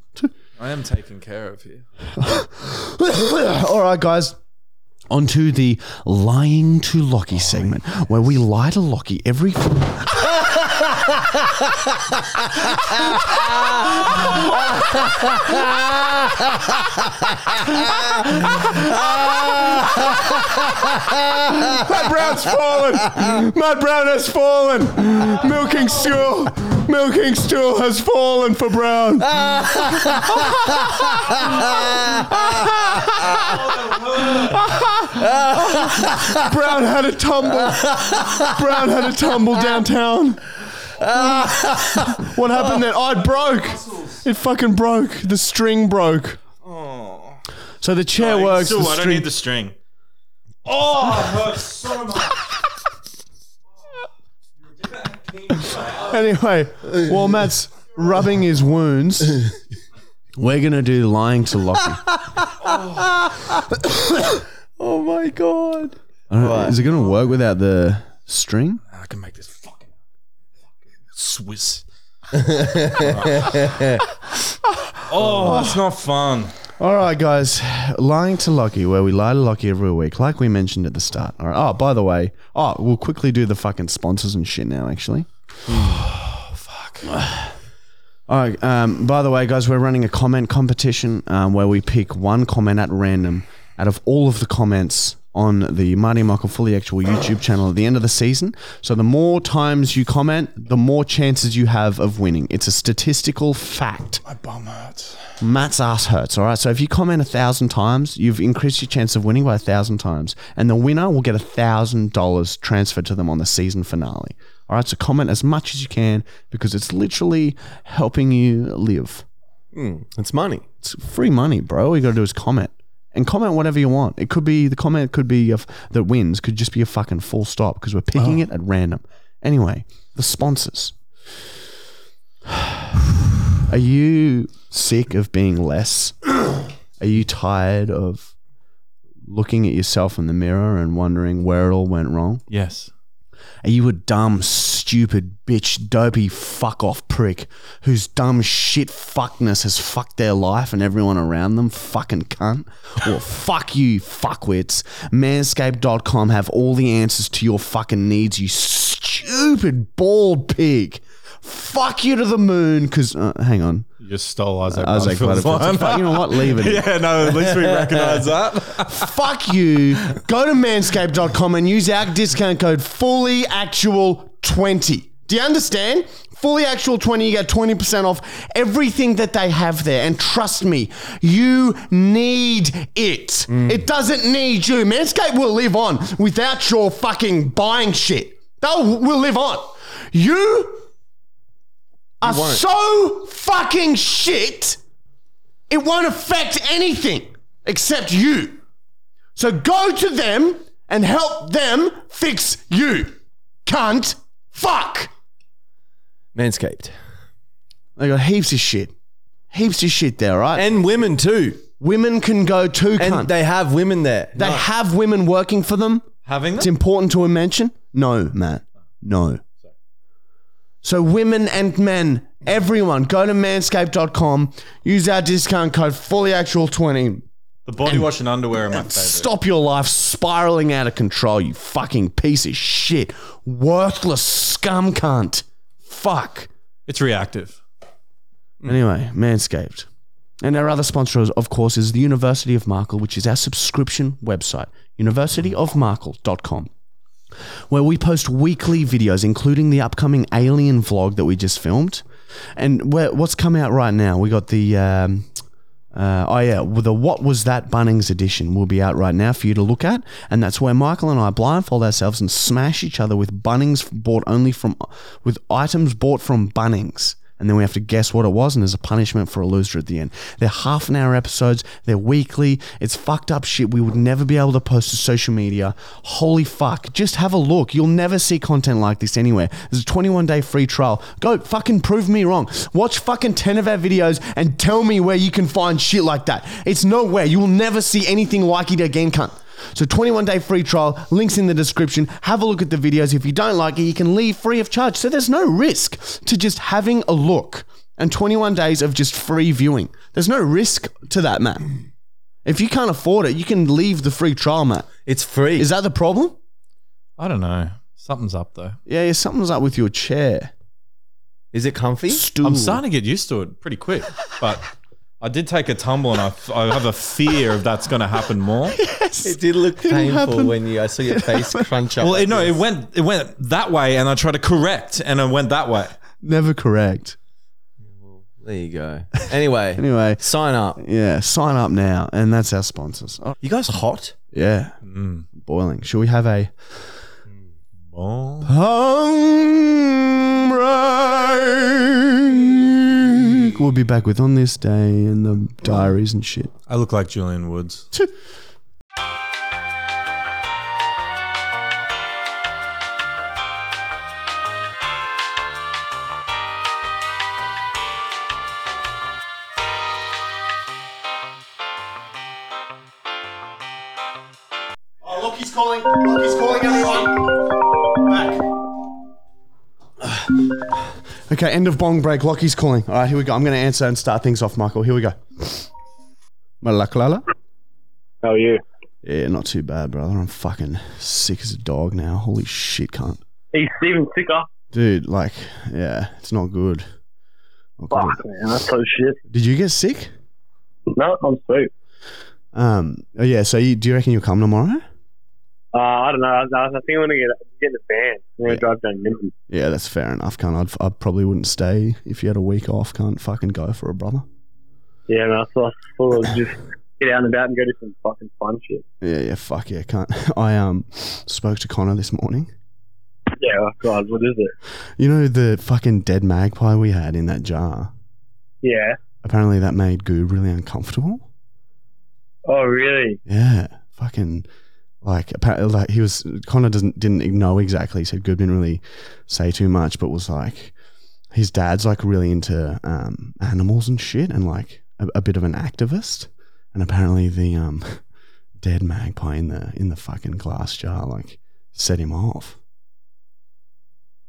[SPEAKER 2] I am taken care of here.
[SPEAKER 1] All right, guys. Onto the lying to Lockie segment, where we lie to Lockie every. Matt Brown's fallen. Matt Brown has fallen. Milking stool. Milking stool has fallen for Brown. Brown had a tumble. Brown had a tumble downtown. what happened then? Oh, it broke. It fucking broke. The string broke. So the chair works.
[SPEAKER 2] Oh, Still,
[SPEAKER 1] the
[SPEAKER 2] I don't
[SPEAKER 1] string-
[SPEAKER 2] need the string. Oh, it hurts so much.
[SPEAKER 1] Anyway, while Matt's rubbing his wounds, we're gonna do lying to Lockie.
[SPEAKER 3] Oh my god.
[SPEAKER 1] I don't- Is it gonna work without the string?
[SPEAKER 2] I can make this fucking Swiss. oh, that's not fun.
[SPEAKER 1] All right, guys, lying to Lockie, where we lie to Lockie every week, like we mentioned at the start. All right. Oh, by the way, oh, we'll quickly do the fucking sponsors and shit now. Actually. All right. Um, by the way, guys, we're running a comment competition um, where we pick one comment at random out of all of the comments on the Marty and Michael Fully Actual YouTube channel at the end of the season. So the more times you comment, the more chances you have of winning. It's a statistical fact.
[SPEAKER 2] My bum hurts.
[SPEAKER 1] Matt's ass hurts. All right. So if you comment a thousand times, you've increased your chance of winning by a thousand times, and the winner will get a thousand dollars transferred to them on the season finale. All right. So comment as much as you can because it's literally helping you live.
[SPEAKER 3] It's money.
[SPEAKER 1] It's free money, bro. All you got to do is comment and comment whatever you want. It could be the comment could be a f- that wins could just be a fucking full stop because we're picking it at random. Anyway, the sponsors. Are you sick of being less? Are you tired of looking at yourself in the mirror and wondering where it all went wrong?
[SPEAKER 2] Yes.
[SPEAKER 1] Are you a dumb, stupid, bitch, dopey, fuck off prick whose dumb shit fuckness has fucked their life and everyone around them? Fucking cunt. Well, fuck you, fuckwits. Manscaped.com have all the answers to your fucking needs, you stupid, bald pig. Fuck you to the moon, because, uh, hang on.
[SPEAKER 2] You just stole Isaac.
[SPEAKER 1] I was like,
[SPEAKER 2] Butterfield's line.
[SPEAKER 1] you know what? Leave it.
[SPEAKER 2] yeah, no, at least we recognize that.
[SPEAKER 1] Fuck you. Go to manscaped.com and use our discount code fully actual 20. Do you understand? Fully actual 20, you get 20% off everything that they have there. And trust me, you need it. It doesn't need you. Manscaped will live on without your fucking buying shit. They'll will live on. You are
[SPEAKER 3] won't.
[SPEAKER 1] so fucking shit, it won't affect anything except you. So go to them and help them fix you. Cunt. Fuck.
[SPEAKER 3] Manscaped.
[SPEAKER 1] They got heaps of shit. Heaps of shit there, right?
[SPEAKER 3] And women too.
[SPEAKER 1] women can go too,
[SPEAKER 3] And
[SPEAKER 1] cunt. They,
[SPEAKER 3] they have women there.
[SPEAKER 1] have women working for them.
[SPEAKER 2] Having
[SPEAKER 1] It's
[SPEAKER 2] them?
[SPEAKER 1] important to mention. No, Matt. No. So women and men, everyone, go to manscaped.com, use our discount code fullyactual20.
[SPEAKER 2] The body wash and underwear are my favorite.
[SPEAKER 1] Stop your life spiraling out of control, you fucking piece of shit. Worthless scum cunt. Fuck.
[SPEAKER 2] It's reactive.
[SPEAKER 1] Anyway, Manscaped. And our other sponsor, is- of course, is the University of Markle, which is our subscription website, universityofmarkle.com, where we post weekly videos, including the upcoming Alien vlog that we just filmed. And where, what's come out right now? We got the. Um, uh, oh yeah, well, the what was that Bunnings edition will be out right now for you to look at, and that's where Michael and I blindfold ourselves and smash each other with Bunnings bought only from with items bought from Bunnings, and and then we have to guess what it was, and there's a punishment for a loser at the end. They're half an hour episodes, they're weekly. It's fucked up shit we would never be able to post to social media. Holy fuck. Just have a look. You'll never see content like this anywhere. There's a 21 day free trial. Go fucking prove me wrong. Watch fucking 10 of our videos and tell me where you can find shit like that. It's nowhere. You will never see anything like it again, cunt. So 21 day free trial, links in the description. Have a look at the videos. If you don't like it, you can leave free of charge. So there's no risk to just having a look and 21 days of just free viewing. There's no risk to that, Matt. If you can't afford it, you can leave the free trial, Matt.
[SPEAKER 3] It's free.
[SPEAKER 1] Is that the problem?
[SPEAKER 2] I don't know. Something's up though.
[SPEAKER 1] Yeah, yeah something's up with your chair.
[SPEAKER 3] Is it comfy?
[SPEAKER 1] Stool.
[SPEAKER 2] I'm starting to get used to it pretty quick, but I did take a tumble and I, I have a fear of that's going to happen more.
[SPEAKER 3] It did look painful
[SPEAKER 1] happened.
[SPEAKER 3] when you. I saw your face crunch up.
[SPEAKER 2] Well,
[SPEAKER 3] like
[SPEAKER 2] it, no,
[SPEAKER 3] this.
[SPEAKER 2] it went it went that way, and I tried to correct, and I went that way.
[SPEAKER 1] Never correct.
[SPEAKER 3] There you go. Anyway,
[SPEAKER 1] Anyway,
[SPEAKER 3] sign up.
[SPEAKER 1] yeah, sign up now. And that's our sponsors. Oh,
[SPEAKER 3] You guys hot?
[SPEAKER 1] yeah,
[SPEAKER 2] Mm.
[SPEAKER 1] boiling. Shall we have a
[SPEAKER 2] Oh.
[SPEAKER 1] Home break. We'll be back with on this day and the diaries and shit.
[SPEAKER 2] I look like Julian Woods.
[SPEAKER 1] Oh, look, he's calling. Look, he's calling everyone. Back. Okay, end of bong break. Lockie's calling. All right, here we go. I'm going to answer and start things off, Michael. Here we go. Malakalala?
[SPEAKER 5] How are you?
[SPEAKER 1] Yeah, not too bad, brother. I'm fucking sick as a dog now. Holy shit, cunt.
[SPEAKER 5] He's even sicker.
[SPEAKER 1] Dude, like, yeah, it's not good. Not good.
[SPEAKER 5] Fuck, man, that's so shit.
[SPEAKER 1] Did you get sick?
[SPEAKER 5] No, I'm sweet.
[SPEAKER 1] Um. Oh yeah. So you, do you reckon you'll come tomorrow?
[SPEAKER 5] Uh, I don't know. I, I think I'm gonna get get in a van. I'm gonna
[SPEAKER 1] Yeah.
[SPEAKER 5] drive down Nimby.
[SPEAKER 1] Yeah, that's fair enough, cunt. I'd, I probably wouldn't stay if you had a week off. Can't fucking go for a brother.
[SPEAKER 5] Yeah, man. So I thought I'd just get out and about and go do some fucking fun shit.
[SPEAKER 1] Yeah, yeah, fuck yeah, can't. I um spoke to Connor this morning.
[SPEAKER 5] Yeah. Oh God, what is it?
[SPEAKER 1] You know the fucking dead magpie we had in that jar.
[SPEAKER 5] Yeah.
[SPEAKER 1] Apparently that made Goo really uncomfortable.
[SPEAKER 5] Oh really?
[SPEAKER 1] Yeah, fucking like apparently like he was Connor doesn't didn't e-, know exactly. He said Goo didn't really say too much, but was like his dad's like really into um animals and shit, and like a, a bit of an activist. And apparently the um dead magpie in the in the fucking glass jar like set him off.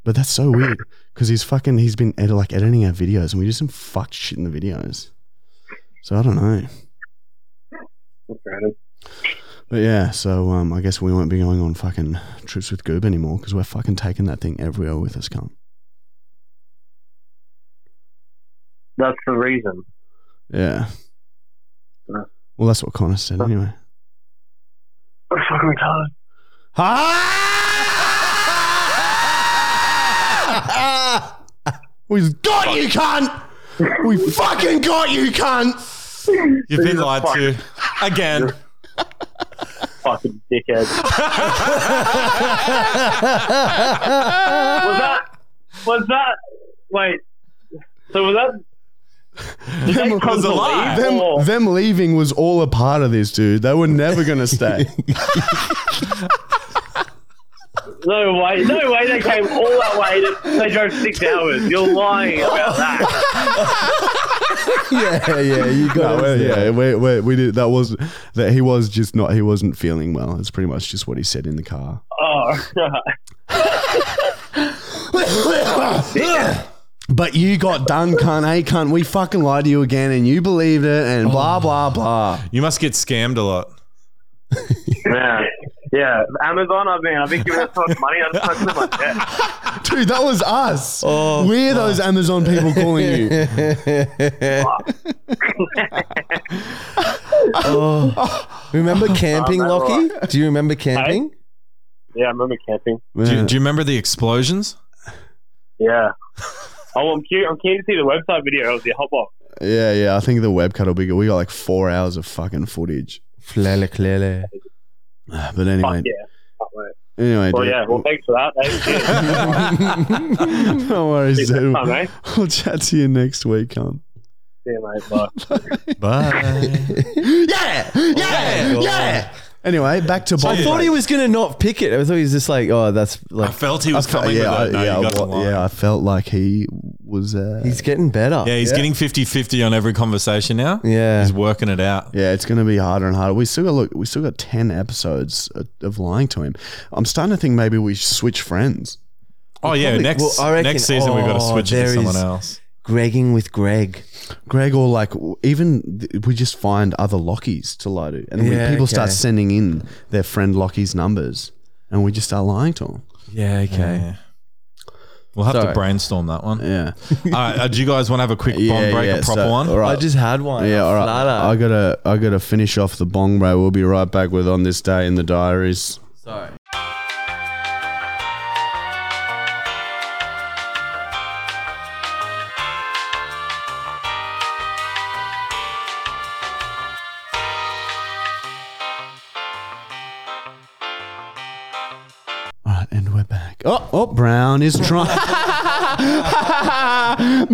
[SPEAKER 1] But that's so weird because he's fucking he's been ed- like editing our videos and we do some fucked shit in the videos. So I don't know.
[SPEAKER 5] That's random.
[SPEAKER 1] But yeah, so um, I guess we won't be going on fucking trips with Goob anymore because we're fucking taking that thing everywhere with us, cunt.
[SPEAKER 5] That's the reason.
[SPEAKER 1] Yeah.
[SPEAKER 5] Yeah.
[SPEAKER 1] Well, that's what Connor said anyway.
[SPEAKER 5] I'm fucking retarded.
[SPEAKER 1] we got you, cunt! We fucking got you, cunt!
[SPEAKER 2] You've been lied to again.
[SPEAKER 5] Fucking dickhead. was that? Was that? Wait. So was that? Did they come
[SPEAKER 2] was a
[SPEAKER 5] to
[SPEAKER 2] lie.
[SPEAKER 5] leave, or-
[SPEAKER 1] Them, them leaving was all a part of this, dude. They were never going to stay.
[SPEAKER 5] No way, no way they came all that way. To, they drove six hours. You're lying about that.
[SPEAKER 3] yeah, yeah. You
[SPEAKER 1] No,
[SPEAKER 3] got
[SPEAKER 1] well,
[SPEAKER 3] it.
[SPEAKER 1] yeah, we, we, we did. That was that he was just not. He wasn't feeling well. It's pretty much just what he said in the car.
[SPEAKER 5] Oh,
[SPEAKER 1] But you got done, cunt. Hey, cunt. We fucking lied to you again, and you believed it, and blah blah blah.
[SPEAKER 2] You must get scammed a lot.
[SPEAKER 5] man. Yeah, Amazon. I mean, I've been giving that so much money. I just can't spend my debt.
[SPEAKER 1] Dude, that was us. We're those Amazon people calling you.
[SPEAKER 3] Oh. Remember camping,
[SPEAKER 5] Oh,
[SPEAKER 3] Lockie?
[SPEAKER 5] man,
[SPEAKER 3] Do you remember camping?
[SPEAKER 5] Yeah, I remember camping.
[SPEAKER 2] Do you, do you remember the explosions?
[SPEAKER 5] Yeah. Oh, I'm cute. I'm keen to see the website video of the hot box.
[SPEAKER 1] yeah, yeah. I think the web cut will be good. We got like four hours of fucking footage.
[SPEAKER 3] Flele clele.
[SPEAKER 1] But
[SPEAKER 5] Fuck
[SPEAKER 1] anyway,
[SPEAKER 5] yeah. Can't wait.
[SPEAKER 1] Anyway,
[SPEAKER 5] Well,
[SPEAKER 1] dude.
[SPEAKER 5] yeah. Well, thanks for that. Thank you.
[SPEAKER 1] no worries,
[SPEAKER 5] Next
[SPEAKER 1] dude.
[SPEAKER 5] time, eh?
[SPEAKER 1] We'll chat to you next week, cunt.
[SPEAKER 5] See you, mate. Bye.
[SPEAKER 2] Bye. Oh,
[SPEAKER 1] yeah,
[SPEAKER 3] yeah,
[SPEAKER 1] yeah. Anyway, back to Bob.
[SPEAKER 3] I thought he was gonna not pick it. I thought he was just like, oh, that's
[SPEAKER 2] I
[SPEAKER 3] like
[SPEAKER 2] felt he was
[SPEAKER 1] I felt-
[SPEAKER 2] coming
[SPEAKER 1] yeah,
[SPEAKER 2] with it. No,
[SPEAKER 1] I, yeah,
[SPEAKER 2] you got
[SPEAKER 1] I
[SPEAKER 2] the
[SPEAKER 1] wa-
[SPEAKER 2] line.
[SPEAKER 1] yeah, I felt like he was. Uh,
[SPEAKER 3] he's getting better.
[SPEAKER 2] Yeah, he's getting 50-50 on every conversation now.
[SPEAKER 3] Yeah.
[SPEAKER 2] He's working it out.
[SPEAKER 1] yeah, it's going to be harder and harder. We still got look. We still got ten episodes of, of lying to him. I'm starting to think maybe we switch friends.
[SPEAKER 2] Oh yeah,
[SPEAKER 3] probably-
[SPEAKER 2] next
[SPEAKER 3] well, I reckon-
[SPEAKER 2] next season we've got to
[SPEAKER 3] oh,
[SPEAKER 2] switch it
[SPEAKER 3] there
[SPEAKER 2] to someone
[SPEAKER 3] is-
[SPEAKER 2] else.
[SPEAKER 3] Gregging with Greg.
[SPEAKER 1] Greg or like w- even th- we just find other Lockies to lie to, and we,
[SPEAKER 3] Yeah,
[SPEAKER 1] people start
[SPEAKER 3] okay.
[SPEAKER 1] sending in their friend Lockie's numbers, and we just start lying to them.
[SPEAKER 3] Yeah, okay.
[SPEAKER 2] Yeah. We'll have to
[SPEAKER 3] Sorry.
[SPEAKER 2] brainstorm that one.
[SPEAKER 1] Yeah,
[SPEAKER 2] All right, uh, do you guys want to have a quick bond
[SPEAKER 1] yeah,
[SPEAKER 2] break,
[SPEAKER 1] yeah,
[SPEAKER 2] a proper
[SPEAKER 1] so-
[SPEAKER 2] one?
[SPEAKER 1] All right,
[SPEAKER 3] I just had one.
[SPEAKER 1] yeah, all right.
[SPEAKER 3] Flatter.
[SPEAKER 1] I gotta, I gotta finish off the bong, bro. We'll be right back with on this day in the diaries.
[SPEAKER 3] Sorry.
[SPEAKER 1] All right, and we're back. Oh, oh, Brown is trying.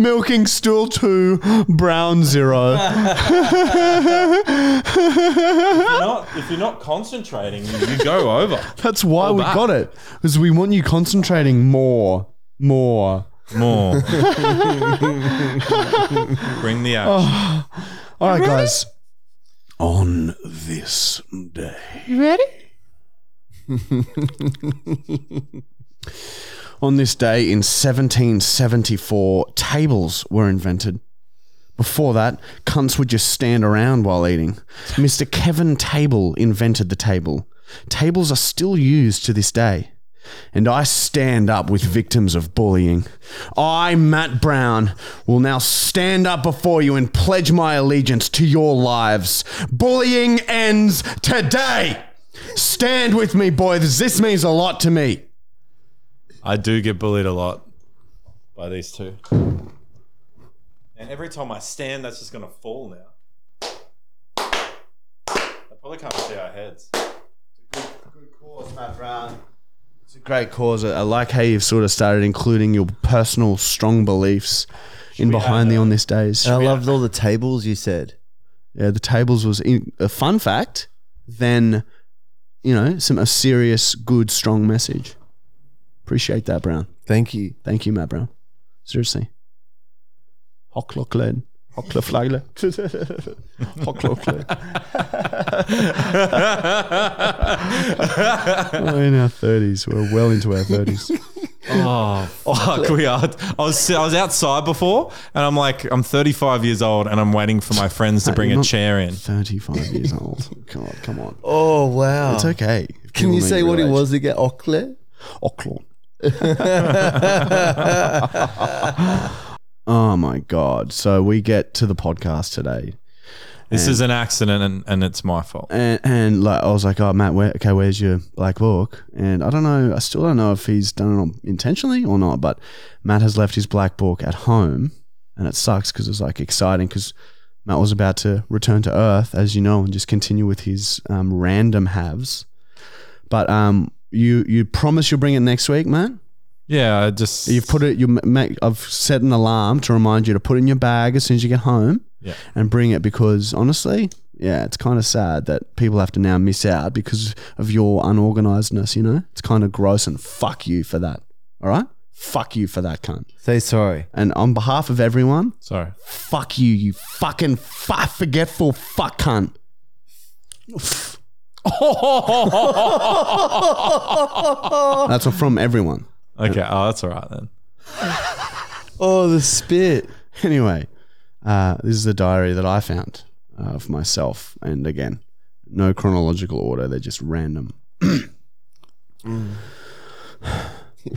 [SPEAKER 1] Milking stool two, Brown zero.
[SPEAKER 2] if you're not concentrating, you go over.
[SPEAKER 1] That's why we
[SPEAKER 2] back.
[SPEAKER 1] got it, because we want you concentrating more, more.
[SPEAKER 2] More. Bring the action.
[SPEAKER 3] Oh.
[SPEAKER 1] All right, guys. On this day. You ready? On this day in 1774, tables were invented. Before that, cunts would just stand around while eating. Mr. Kevin Table invented the table. Tables are still used to this day. And I stand up with victims of bullying. I, Matt Brown, will now stand up before you and pledge my allegiance to your lives. Bullying ends today. Stand with me, boys. This means a lot to me.
[SPEAKER 2] I do get bullied a lot by these two. And every time I stand, that's just going to fall now. I probably can't see our heads.
[SPEAKER 1] Good cause, Matt Brown. It's a great cause. I like how you've sort of started including your personal strong beliefs in behind the on this days.
[SPEAKER 3] And I loved all the tables you said.
[SPEAKER 1] Yeah, the tables was in, a fun fact. Then, you know, some a serious, good, strong message. Appreciate that, Brown.
[SPEAKER 3] Thank you.
[SPEAKER 1] Thank you, Matt Brown. Seriously. Hocklocklen. Hockleflagle. Hocklocklen. We're in our thirties. We're well into our thirties.
[SPEAKER 2] Oh fuck! We are. I was I was outside before, and I'm like, I'm 35 years old, and I'm waiting for my friends to bring a
[SPEAKER 1] you're not-
[SPEAKER 2] chair in.
[SPEAKER 1] Thirty-five years old. God, come on.
[SPEAKER 3] Oh wow.
[SPEAKER 1] It's okay.
[SPEAKER 3] Can
[SPEAKER 1] if people
[SPEAKER 3] you
[SPEAKER 1] know
[SPEAKER 3] say what it
[SPEAKER 1] relate.
[SPEAKER 3] was again? Ockler?
[SPEAKER 1] Auckland. oh my god! So we get to the podcast today,
[SPEAKER 2] This is an accident, and, and it's my fault.
[SPEAKER 1] and, and like I was like, "Oh, Matt, where, okay, where's your black book?" And I don't know. I still don't know if he's done it on, intentionally or not. But Matt has left his black book at home, and it sucks because it's like exciting because Matt was about to return to Earth, as you know, and just continue with his um, random halves. But um, you you promise you'll bring it next week, Matt.
[SPEAKER 2] Yeah, I just
[SPEAKER 1] You've put it. You ma- I've set an alarm to remind you to put it in your bag as soon as you get home,
[SPEAKER 2] Yeah.
[SPEAKER 1] and bring it because honestly, yeah, it's kind of sad that people have to now miss out because of your unorganizedness. You know, it's kind of gross, and fuck you for that. All right, fuck you for that cunt.
[SPEAKER 3] Say sorry.
[SPEAKER 1] And on behalf of everyone,
[SPEAKER 2] Sorry.
[SPEAKER 1] fuck you, you fucking fuck forgetful fuck cunt. That's from everyone.
[SPEAKER 2] Okay. Oh, that's all right then.
[SPEAKER 3] Oh, the spit.
[SPEAKER 1] anyway, uh, this is the diary that I found uh, of myself. And again, no chronological order, they're just random.
[SPEAKER 3] Here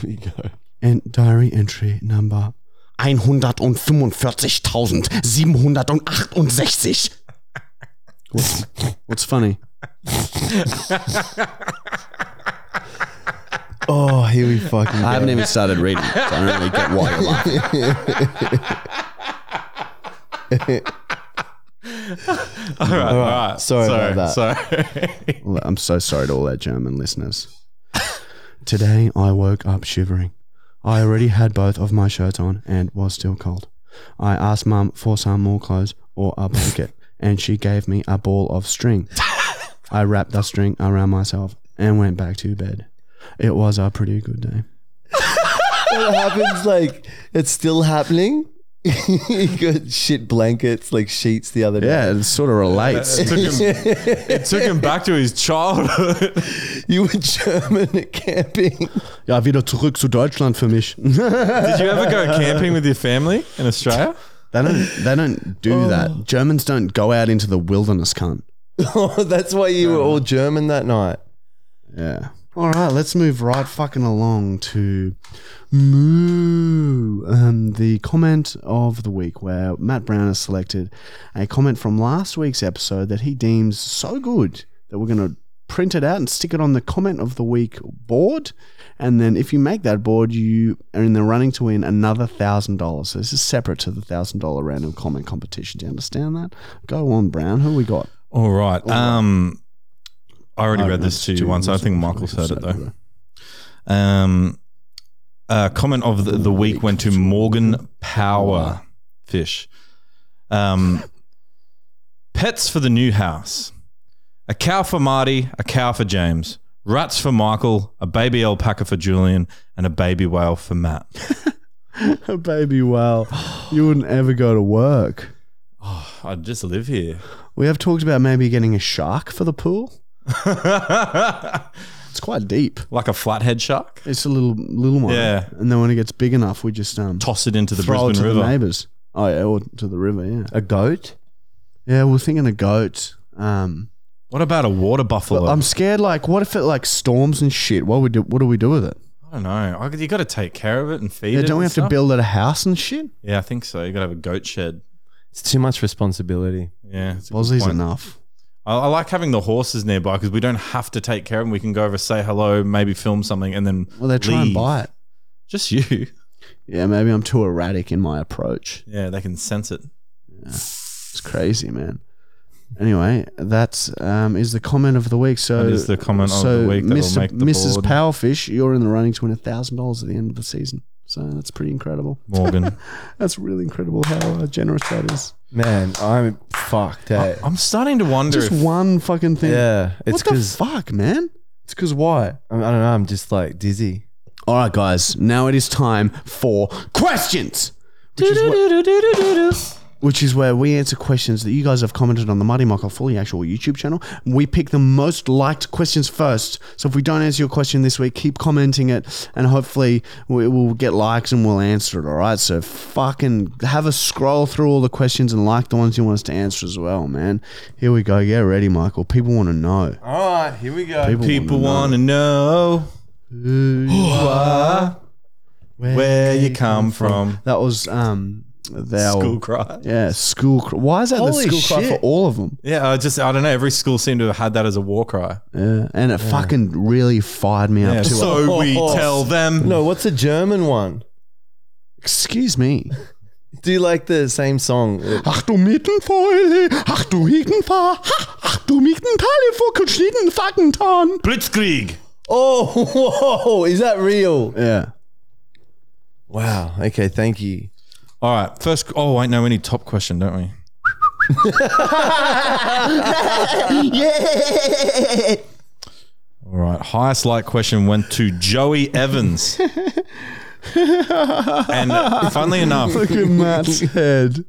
[SPEAKER 3] we go.
[SPEAKER 1] And diary entry number 145.768. What's, what's funny?
[SPEAKER 3] Oh, here we fucking go.
[SPEAKER 1] I haven't even started reading, so I don't really get why you're laughing.
[SPEAKER 2] All right. All right.
[SPEAKER 3] Sorry about
[SPEAKER 2] Sorry.
[SPEAKER 1] I'm so sorry to all our German listeners. Today I woke up shivering. I already had both of my shirts on and was still cold. I asked Mum for some more clothes or a blanket, and she gave me a ball of string. I wrapped the string around myself and went back to bed. It was a pretty good day.
[SPEAKER 3] It happens like it's still happening. you got shit blankets, like sheets the other day.
[SPEAKER 6] Yeah, it sort of relates.
[SPEAKER 2] It took, him, it took him back to his childhood.
[SPEAKER 3] You were German at camping.
[SPEAKER 1] Ja, wieder zurück zu Deutschland für mich.
[SPEAKER 2] Did you ever go camping with your family in Australia?
[SPEAKER 1] They don't. They don't do that. Germans don't go out into the wilderness, cunt.
[SPEAKER 3] Oh, that's why you were all German that night.
[SPEAKER 1] Yeah. All right, let's move right fucking along to Moo, um, the comment of the week, where Matt Brown has selected a comment from last week's episode that he deems so good that we're going to print it out and stick it on the comment of the week board. And then if you make that board, you are in the running to win another $1,000. So this is separate to the $1,000 random comment competition. Do you understand that? Go on, Brown. Who we got?
[SPEAKER 2] All right. Um, I already read this to
[SPEAKER 1] Uh,
[SPEAKER 2] you once. I think Michael's heard it though. Um, uh, comment of the, the week went to Morgan Power Fish. Um, pets for the new house. A cow for Marty, a cow for James, rats for Michael, a baby alpaca for Julian, and a baby whale for Matt.
[SPEAKER 1] A baby whale. You wouldn't ever go to work.
[SPEAKER 2] I just live here.
[SPEAKER 1] We have talked about maybe getting a shark for the pool. It's quite deep.
[SPEAKER 2] like a flathead shark.
[SPEAKER 1] It's a little little one.
[SPEAKER 2] Yeah.
[SPEAKER 1] And then when it gets big enough, we just um
[SPEAKER 2] Toss it into the
[SPEAKER 1] throw it to
[SPEAKER 2] Brisbane
[SPEAKER 1] the
[SPEAKER 2] River.
[SPEAKER 1] neighbors. Oh yeah, or to the river. Yeah.
[SPEAKER 3] A goat?
[SPEAKER 1] Yeah, we're thinking a goat. Um,
[SPEAKER 2] What about a water buffalo?
[SPEAKER 1] but I'm scared. Like, what if it like storms and shit? What we do? What do we do with it?
[SPEAKER 2] I don't know. I- You got to take care of it and feed
[SPEAKER 1] Yeah,
[SPEAKER 2] it.
[SPEAKER 1] don't
[SPEAKER 2] and
[SPEAKER 1] we have to
[SPEAKER 2] stuff?
[SPEAKER 1] build it a house and shit?
[SPEAKER 2] Yeah, I think so. You got to have a goat shed.
[SPEAKER 3] It's too much responsibility.
[SPEAKER 2] Yeah, that's a good
[SPEAKER 1] Aussie's
[SPEAKER 2] point.
[SPEAKER 1] enough.
[SPEAKER 2] I, I like having the horses nearby because we don't have to take care of them. We can go over, say hello, maybe film something, and then
[SPEAKER 1] Well, they try and
[SPEAKER 2] leave.
[SPEAKER 1] buy it.
[SPEAKER 2] Just you.
[SPEAKER 1] Yeah, maybe I'm too erratic in my approach.
[SPEAKER 2] Yeah, they can sense it.
[SPEAKER 1] It's crazy, man. Anyway, that's um, is the comment of the week. So
[SPEAKER 2] That is the comment of
[SPEAKER 1] so
[SPEAKER 2] the week that will
[SPEAKER 1] Mr.
[SPEAKER 2] make the
[SPEAKER 1] Mrs.
[SPEAKER 2] board.
[SPEAKER 1] Powerfish, you're in the running to win a thousand dollars at the end of the season. So that's pretty incredible.
[SPEAKER 2] Morgan,
[SPEAKER 1] That's really incredible how uh, generous that is.
[SPEAKER 3] Man, I'm fucked. Eh?
[SPEAKER 2] I'm starting to wonder.
[SPEAKER 1] Just
[SPEAKER 2] if,
[SPEAKER 1] one fucking thing.
[SPEAKER 3] yeah, it's
[SPEAKER 1] what the
[SPEAKER 3] because
[SPEAKER 1] fuck, man?
[SPEAKER 3] it's because why? I, I don't know. I'm just like dizzy.
[SPEAKER 1] All right, guys. Now it is time for questions. Which is, wh- which is where we answer questions that you guys have commented on the Mighty Michael Fully actual YouTube channel. We pick the most liked questions first. So if we don't answer your question this week, keep commenting it, and hopefully we will get likes and we'll answer it. All right. So fucking have a scroll through all the questions and like the ones you want us to answer as well, man. Here we go. Get ready, Michael. People want to know.
[SPEAKER 3] All right, here we go.
[SPEAKER 1] People,
[SPEAKER 2] people want
[SPEAKER 1] want
[SPEAKER 2] to know where you come from.
[SPEAKER 1] That was um their
[SPEAKER 2] School cry.
[SPEAKER 1] Yeah, school. Cr- Why is that the
[SPEAKER 3] Holy
[SPEAKER 1] school cry for
[SPEAKER 3] shit.
[SPEAKER 1] all of them?
[SPEAKER 2] Yeah, I just I don't know. Every school seemed to have had that as a war cry.
[SPEAKER 1] Yeah, and it fucking really fired me
[SPEAKER 2] Yeah,
[SPEAKER 1] up too.
[SPEAKER 2] so we tell them.
[SPEAKER 3] No, what's a German one?
[SPEAKER 1] Excuse me.
[SPEAKER 3] Do you like the same song?
[SPEAKER 1] Ach du Mittenfäule, ach du Hickenfahr, ach du Mittentaler Fuckelschnitten Fackentan.
[SPEAKER 2] Blitzkrieg.
[SPEAKER 3] Oh, whoa! Is that real?
[SPEAKER 1] Yeah.
[SPEAKER 3] Wow. Okay, thank you.
[SPEAKER 2] All right, first. Oh, wait, no, we need top question, don't we?
[SPEAKER 3] yeah.
[SPEAKER 2] All right, highest like question went to Joey Evans. and funnily enough,
[SPEAKER 1] Look at Matt's head.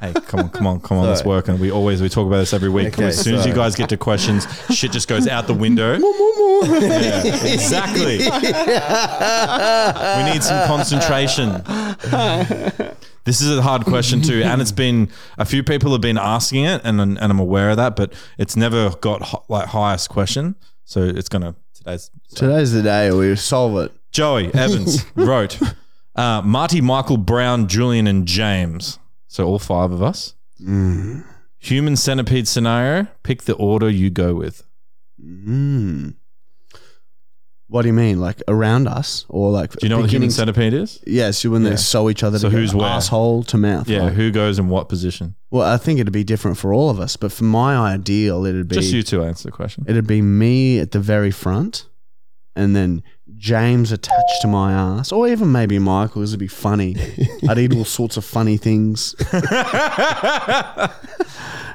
[SPEAKER 2] hey, come on, come on, come on, let's work. And we always we talk about this every week.
[SPEAKER 3] Okay,
[SPEAKER 2] as soon as you
[SPEAKER 3] sorry.
[SPEAKER 2] guys get to questions, shit just goes out the window. Yeah, exactly. we need some concentration. This is a hard question too, and it's been a few people have been asking it, and and I'm aware of that, but it's never got hi- like highest question, so it's gonna today's
[SPEAKER 1] Today's the day we solve it.
[SPEAKER 2] Joey Evans wrote uh, Marty, Michael, Brown, Julian, and James. So all five of us.
[SPEAKER 1] Mm-hmm.
[SPEAKER 2] Human centipede scenario. Pick the order you go with.
[SPEAKER 1] Mm. What do you mean? Like around us or like
[SPEAKER 2] Do you know what the human
[SPEAKER 1] beginning-
[SPEAKER 2] centipede is?
[SPEAKER 1] Yes, when they sew each other
[SPEAKER 2] So
[SPEAKER 1] together,
[SPEAKER 2] who's where?
[SPEAKER 1] asshole to mouth.
[SPEAKER 2] Yeah,
[SPEAKER 1] right?
[SPEAKER 2] who goes in what position?
[SPEAKER 1] Well, I think it'd be different for all of us, but for my ideal, it'd be
[SPEAKER 2] Just you two answer the question.
[SPEAKER 1] It'd be me at the very front, and then James attached to my ass, or even maybe Michael, because it'd be funny. I'd eat all sorts of funny things,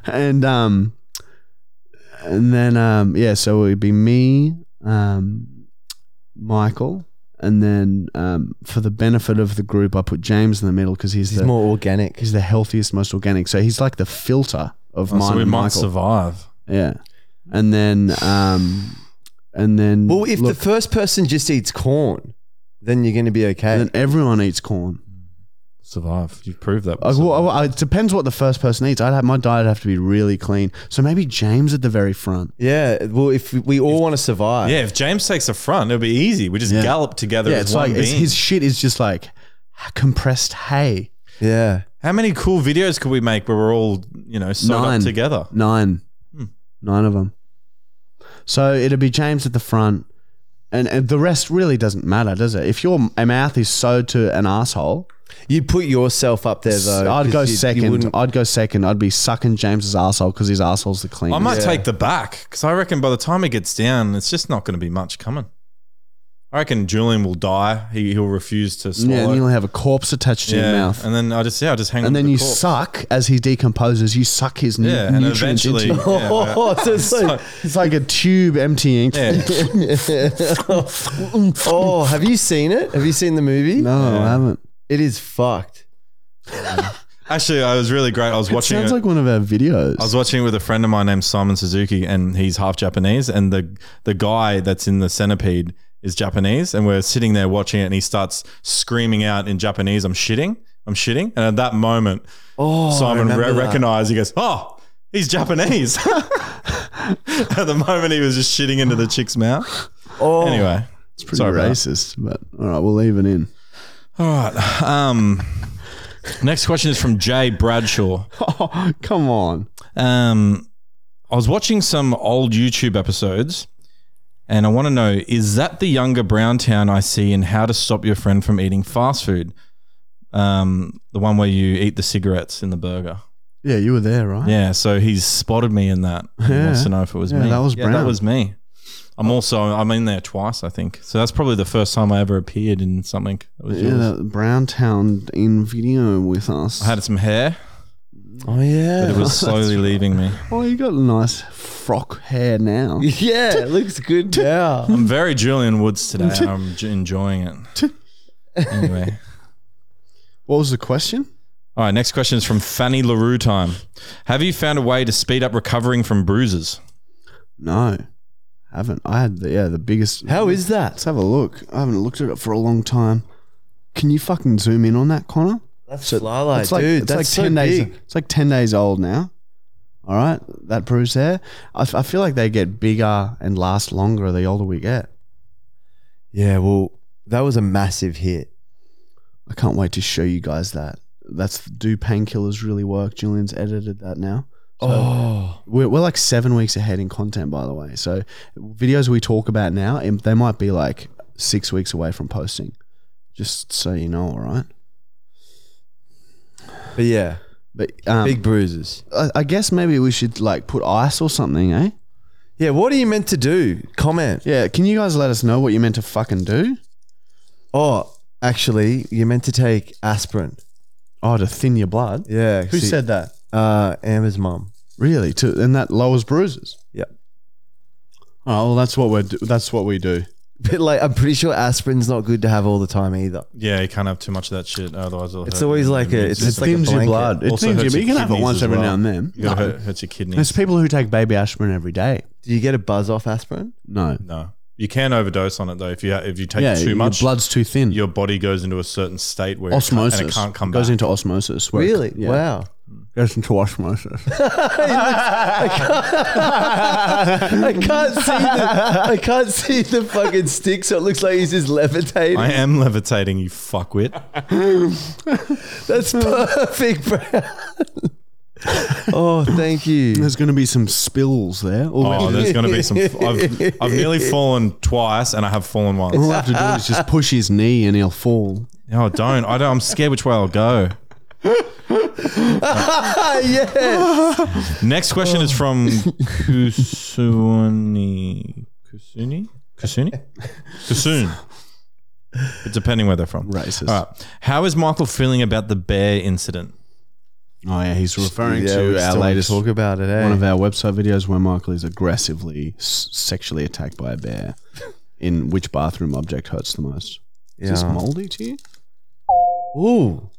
[SPEAKER 1] and um, and then um, yeah, so it'd be me, um, Michael, and then um, for the benefit of the group, I put James in the middle because he's,
[SPEAKER 3] He's
[SPEAKER 1] the
[SPEAKER 3] more organic.
[SPEAKER 1] he's the healthiest, most organic. So he's like the filter of
[SPEAKER 2] Oh,
[SPEAKER 1] mine
[SPEAKER 2] so we
[SPEAKER 1] and
[SPEAKER 2] might
[SPEAKER 1] Michael.
[SPEAKER 2] survive.
[SPEAKER 1] Yeah, and then um, and then
[SPEAKER 3] Well, if
[SPEAKER 1] look,
[SPEAKER 3] the first person just eats corn, then you're going to be okay.
[SPEAKER 1] then everyone eats corn.
[SPEAKER 2] Survive. You've proved that.
[SPEAKER 1] Uh, well, well, it depends what the first person eats. I'd have my diet would have to be really clean. So maybe James at the very front.
[SPEAKER 3] yeah. Well, if we- we all want to survive,
[SPEAKER 2] yeah, if James takes the front, it'll be easy. We just
[SPEAKER 1] Yeah.
[SPEAKER 2] gallop together
[SPEAKER 1] yeah,
[SPEAKER 2] as
[SPEAKER 1] it's
[SPEAKER 2] one
[SPEAKER 1] like it's,
[SPEAKER 2] being.
[SPEAKER 1] his shit is just like compressed hay.
[SPEAKER 3] yeah.
[SPEAKER 2] How many cool videos could we make where we're all, you know, sewed
[SPEAKER 1] Nine.
[SPEAKER 2] up together?
[SPEAKER 1] Nine,
[SPEAKER 2] Hmm.
[SPEAKER 1] nine of them. So it'd be James at the front, and, and the rest really doesn't matter, does it? If your m- mouth is sewed to an asshole,
[SPEAKER 3] You'd put yourself up there though.
[SPEAKER 1] I'd go
[SPEAKER 3] 'cause you- you
[SPEAKER 1] second.
[SPEAKER 3] wouldn't-
[SPEAKER 1] I'd go second. I'd be sucking James's asshole because his asshole's the cleanest.
[SPEAKER 2] I might
[SPEAKER 3] Yeah.
[SPEAKER 2] take the back because I reckon by the time it gets down, it's just not going to be much coming. I reckon Julian will die. He, he'll refuse to swallow.
[SPEAKER 1] yeah, and you'll have a corpse attached to
[SPEAKER 2] Yeah,
[SPEAKER 1] your mouth.
[SPEAKER 2] and then I just yeah, I just hang. on
[SPEAKER 1] and
[SPEAKER 2] to
[SPEAKER 1] then
[SPEAKER 2] the
[SPEAKER 1] you
[SPEAKER 2] corpse.
[SPEAKER 1] suck as he decomposes. You suck his nu-
[SPEAKER 2] Yeah, and
[SPEAKER 1] nutrients
[SPEAKER 2] eventually,
[SPEAKER 1] into.
[SPEAKER 2] yeah, yeah.
[SPEAKER 3] Oh, so it's like,
[SPEAKER 1] It's like a tube emptying.
[SPEAKER 2] Yeah.
[SPEAKER 3] oh, have you seen it? Have you seen the movie?
[SPEAKER 1] No, I haven't.
[SPEAKER 3] It is fucked.
[SPEAKER 2] Actually, I was really great. I was watching.
[SPEAKER 1] Sounds
[SPEAKER 2] it.
[SPEAKER 1] like one of our videos.
[SPEAKER 2] I was watching it with a friend of mine named Simon Suzuki, and he's half Japanese. And the the guy that's in the centipede is Japanese, and we're sitting there watching it, and he starts screaming out in Japanese, "I'm shitting, I'm shitting!" And at that moment,
[SPEAKER 3] Oh, I
[SPEAKER 2] Simon
[SPEAKER 3] remember
[SPEAKER 2] re-
[SPEAKER 3] that.
[SPEAKER 2] recognized. He goes, "Oh, he's Japanese." at the moment, he was just shitting into the chick's mouth.
[SPEAKER 3] Oh,
[SPEAKER 2] Anyway,
[SPEAKER 1] it's pretty
[SPEAKER 2] sorry about that.
[SPEAKER 1] racist, but all right, we'll leave it in.
[SPEAKER 2] all right. Um, next question is from Jay Bradshaw.
[SPEAKER 1] Oh, come on.
[SPEAKER 2] Um, I was watching some old YouTube episodes, and I want to know: is that the younger Brown Town I see in How to Stop Your Friend from Eating Fast Food? Um, the one where you eat the cigarettes in the burger.
[SPEAKER 1] Yeah, you were there, right?
[SPEAKER 2] Yeah, so he's spotted me in that. He
[SPEAKER 1] Yeah.
[SPEAKER 2] wants to know if it was
[SPEAKER 1] Yeah,
[SPEAKER 2] me.
[SPEAKER 1] that was Brown.
[SPEAKER 2] That was me. I'm also I'm in there twice, I think. So that's probably the first time I ever appeared in something. That was
[SPEAKER 1] Yeah,
[SPEAKER 2] yours.
[SPEAKER 1] that Brown Town in video with us.
[SPEAKER 2] I had some hair,
[SPEAKER 3] Oh yeah.
[SPEAKER 2] but it was slowly leaving me.
[SPEAKER 1] oh, you got a nice frock hair now.
[SPEAKER 3] yeah, it looks good now.
[SPEAKER 2] I'm very Julian Woods today. I'm j- enjoying it. Anyway.
[SPEAKER 1] What was the question?
[SPEAKER 2] All right, next question is from Fanny LaRue time. Have you found a way to speed up recovering from bruises?
[SPEAKER 1] No, haven't. I had the, yeah the biggest.
[SPEAKER 3] How is
[SPEAKER 1] Let's
[SPEAKER 3] that?
[SPEAKER 1] have a look. I haven't looked at it for a long time. Can you fucking zoom in on that, Connor?
[SPEAKER 3] That's Lala,
[SPEAKER 1] it's like,
[SPEAKER 3] dude.
[SPEAKER 1] it's
[SPEAKER 3] that's
[SPEAKER 1] like
[SPEAKER 3] so
[SPEAKER 1] 10 days
[SPEAKER 3] big.
[SPEAKER 1] it's like 10 days old now all right that proves there I, f- I feel like they get bigger and last longer the older we get
[SPEAKER 3] Yeah, well, that was a massive hit.
[SPEAKER 1] i can't wait to show you guys that that's do painkillers really work julian's edited that now
[SPEAKER 3] oh,
[SPEAKER 1] we're, we're like seven weeks ahead in content by the way so videos we talk about now em- they might be like six weeks away from posting just so you know all right
[SPEAKER 3] but yeah,
[SPEAKER 1] but um,
[SPEAKER 3] big bruises.
[SPEAKER 1] I, I guess maybe we should like put ice or something eh
[SPEAKER 3] Yeah, what are you meant to do? Comment.
[SPEAKER 1] yeah can you guys let us know what you're meant to fucking do
[SPEAKER 3] Oh, actually, you're meant to take aspirin.
[SPEAKER 1] Oh, to thin your blood.
[SPEAKER 3] Yeah.
[SPEAKER 1] Who
[SPEAKER 3] see-
[SPEAKER 1] said that?
[SPEAKER 3] Uh, Amber's mum.
[SPEAKER 1] Really? To and that lowers bruises.
[SPEAKER 3] Yep.
[SPEAKER 1] Oh, well, that's what we do. That's what we do.
[SPEAKER 3] But like, I'm pretty sure aspirin's not good to have all the time either.
[SPEAKER 2] Yeah, you can't have too much of that shit. Otherwise, it'll
[SPEAKER 3] It's
[SPEAKER 2] hurt
[SPEAKER 3] always
[SPEAKER 2] your
[SPEAKER 3] like a-
[SPEAKER 2] immune
[SPEAKER 3] it's-
[SPEAKER 1] It
[SPEAKER 3] it's
[SPEAKER 2] system.
[SPEAKER 3] like a
[SPEAKER 1] thins your
[SPEAKER 3] blanket.
[SPEAKER 1] blood. It
[SPEAKER 2] Also
[SPEAKER 1] thins your.
[SPEAKER 2] hurts
[SPEAKER 1] But you
[SPEAKER 2] your
[SPEAKER 1] can have it
[SPEAKER 2] kidneys
[SPEAKER 1] once
[SPEAKER 2] as
[SPEAKER 1] every
[SPEAKER 2] well.
[SPEAKER 1] now and then.
[SPEAKER 2] You gotta
[SPEAKER 1] No.
[SPEAKER 2] hurt, hurt your kidneys.
[SPEAKER 1] There's people who take baby aspirin every day.
[SPEAKER 3] Do you get a buzz off aspirin?
[SPEAKER 1] No.
[SPEAKER 2] No, you can overdose on it though. If you if you take
[SPEAKER 1] yeah,
[SPEAKER 2] too much,
[SPEAKER 1] Your blood's too thin.
[SPEAKER 2] your body goes into a certain state where
[SPEAKER 1] osmosis.
[SPEAKER 2] it can't, and it can't come
[SPEAKER 1] goes
[SPEAKER 2] back.
[SPEAKER 1] into osmosis. where it-
[SPEAKER 3] Really?
[SPEAKER 1] yeah.
[SPEAKER 3] Wow.
[SPEAKER 1] Goes into osmosis.
[SPEAKER 3] I can't see the I can't see the fucking stick, so it looks like he's just levitating.
[SPEAKER 2] I am levitating, you fuckwit.
[SPEAKER 3] That's perfect, bro. oh, thank you.
[SPEAKER 1] There's going to be some spills there. All we
[SPEAKER 2] Oh,
[SPEAKER 1] have to
[SPEAKER 2] there's gonna be some. I've, I've nearly fallen twice, and I have fallen once.
[SPEAKER 1] do- all we have to do is just push his knee and he'll fall.
[SPEAKER 2] No, don't. I don't. I'm scared which way I'll go.
[SPEAKER 3] Ah, yeah.
[SPEAKER 2] Next question is from Kusuni. Kusuni? Kasuni? Kasun. It's Depending where they're from.
[SPEAKER 1] Racist.
[SPEAKER 2] All right. How is Michael feeling about the bear incident?
[SPEAKER 1] Oh yeah, he's referring
[SPEAKER 3] Yeah, we
[SPEAKER 1] to our
[SPEAKER 3] still
[SPEAKER 1] latest
[SPEAKER 3] talk about it. Eh?
[SPEAKER 1] one of our website videos where Michael is aggressively s- sexually attacked by a bear. In which bathroom object hurts the most?
[SPEAKER 3] yeah.
[SPEAKER 1] Is this moldy to you?
[SPEAKER 3] Ooh,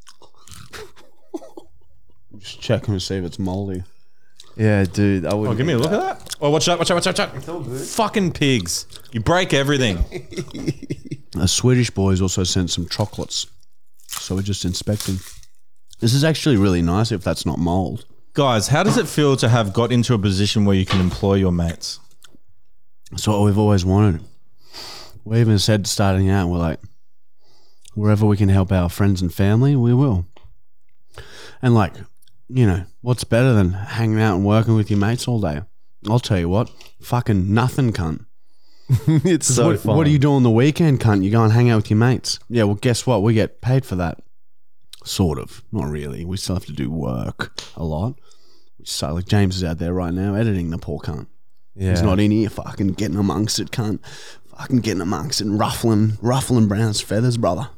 [SPEAKER 1] Just check and see if it's moldy.
[SPEAKER 3] yeah, dude. I would.
[SPEAKER 2] Oh, give me a look at that. Oh, watch out, watch out, watch out, watch out. Fucking pigs. You break everything.
[SPEAKER 1] A Swedish boy has also sent some chocolates, so we're just inspecting. This is actually really nice if that's not mold.
[SPEAKER 2] Guys, how does it feel to have got into a position where you can employ your mates?
[SPEAKER 1] It's what we've always wanted. We even said starting out, we're like, wherever we can help our friends and family, we will. And like, you know, what's better than hanging out and working with your mates all day? I'll tell you what, fucking nothing, cunt.
[SPEAKER 3] it's so
[SPEAKER 1] what,
[SPEAKER 3] fun.
[SPEAKER 1] what do you do on the weekend, cunt? You go and hang out with your mates. Yeah, well, guess what? We get paid for that. Sort of. Not really. We still have to do work a lot. Which sucks. Like, James is out there right now editing the poor cunt.
[SPEAKER 3] Yeah.
[SPEAKER 1] He's not in here fucking getting amongst it, cunt. Fucking getting amongst it and ruffling, ruffling Brown's feathers, brother.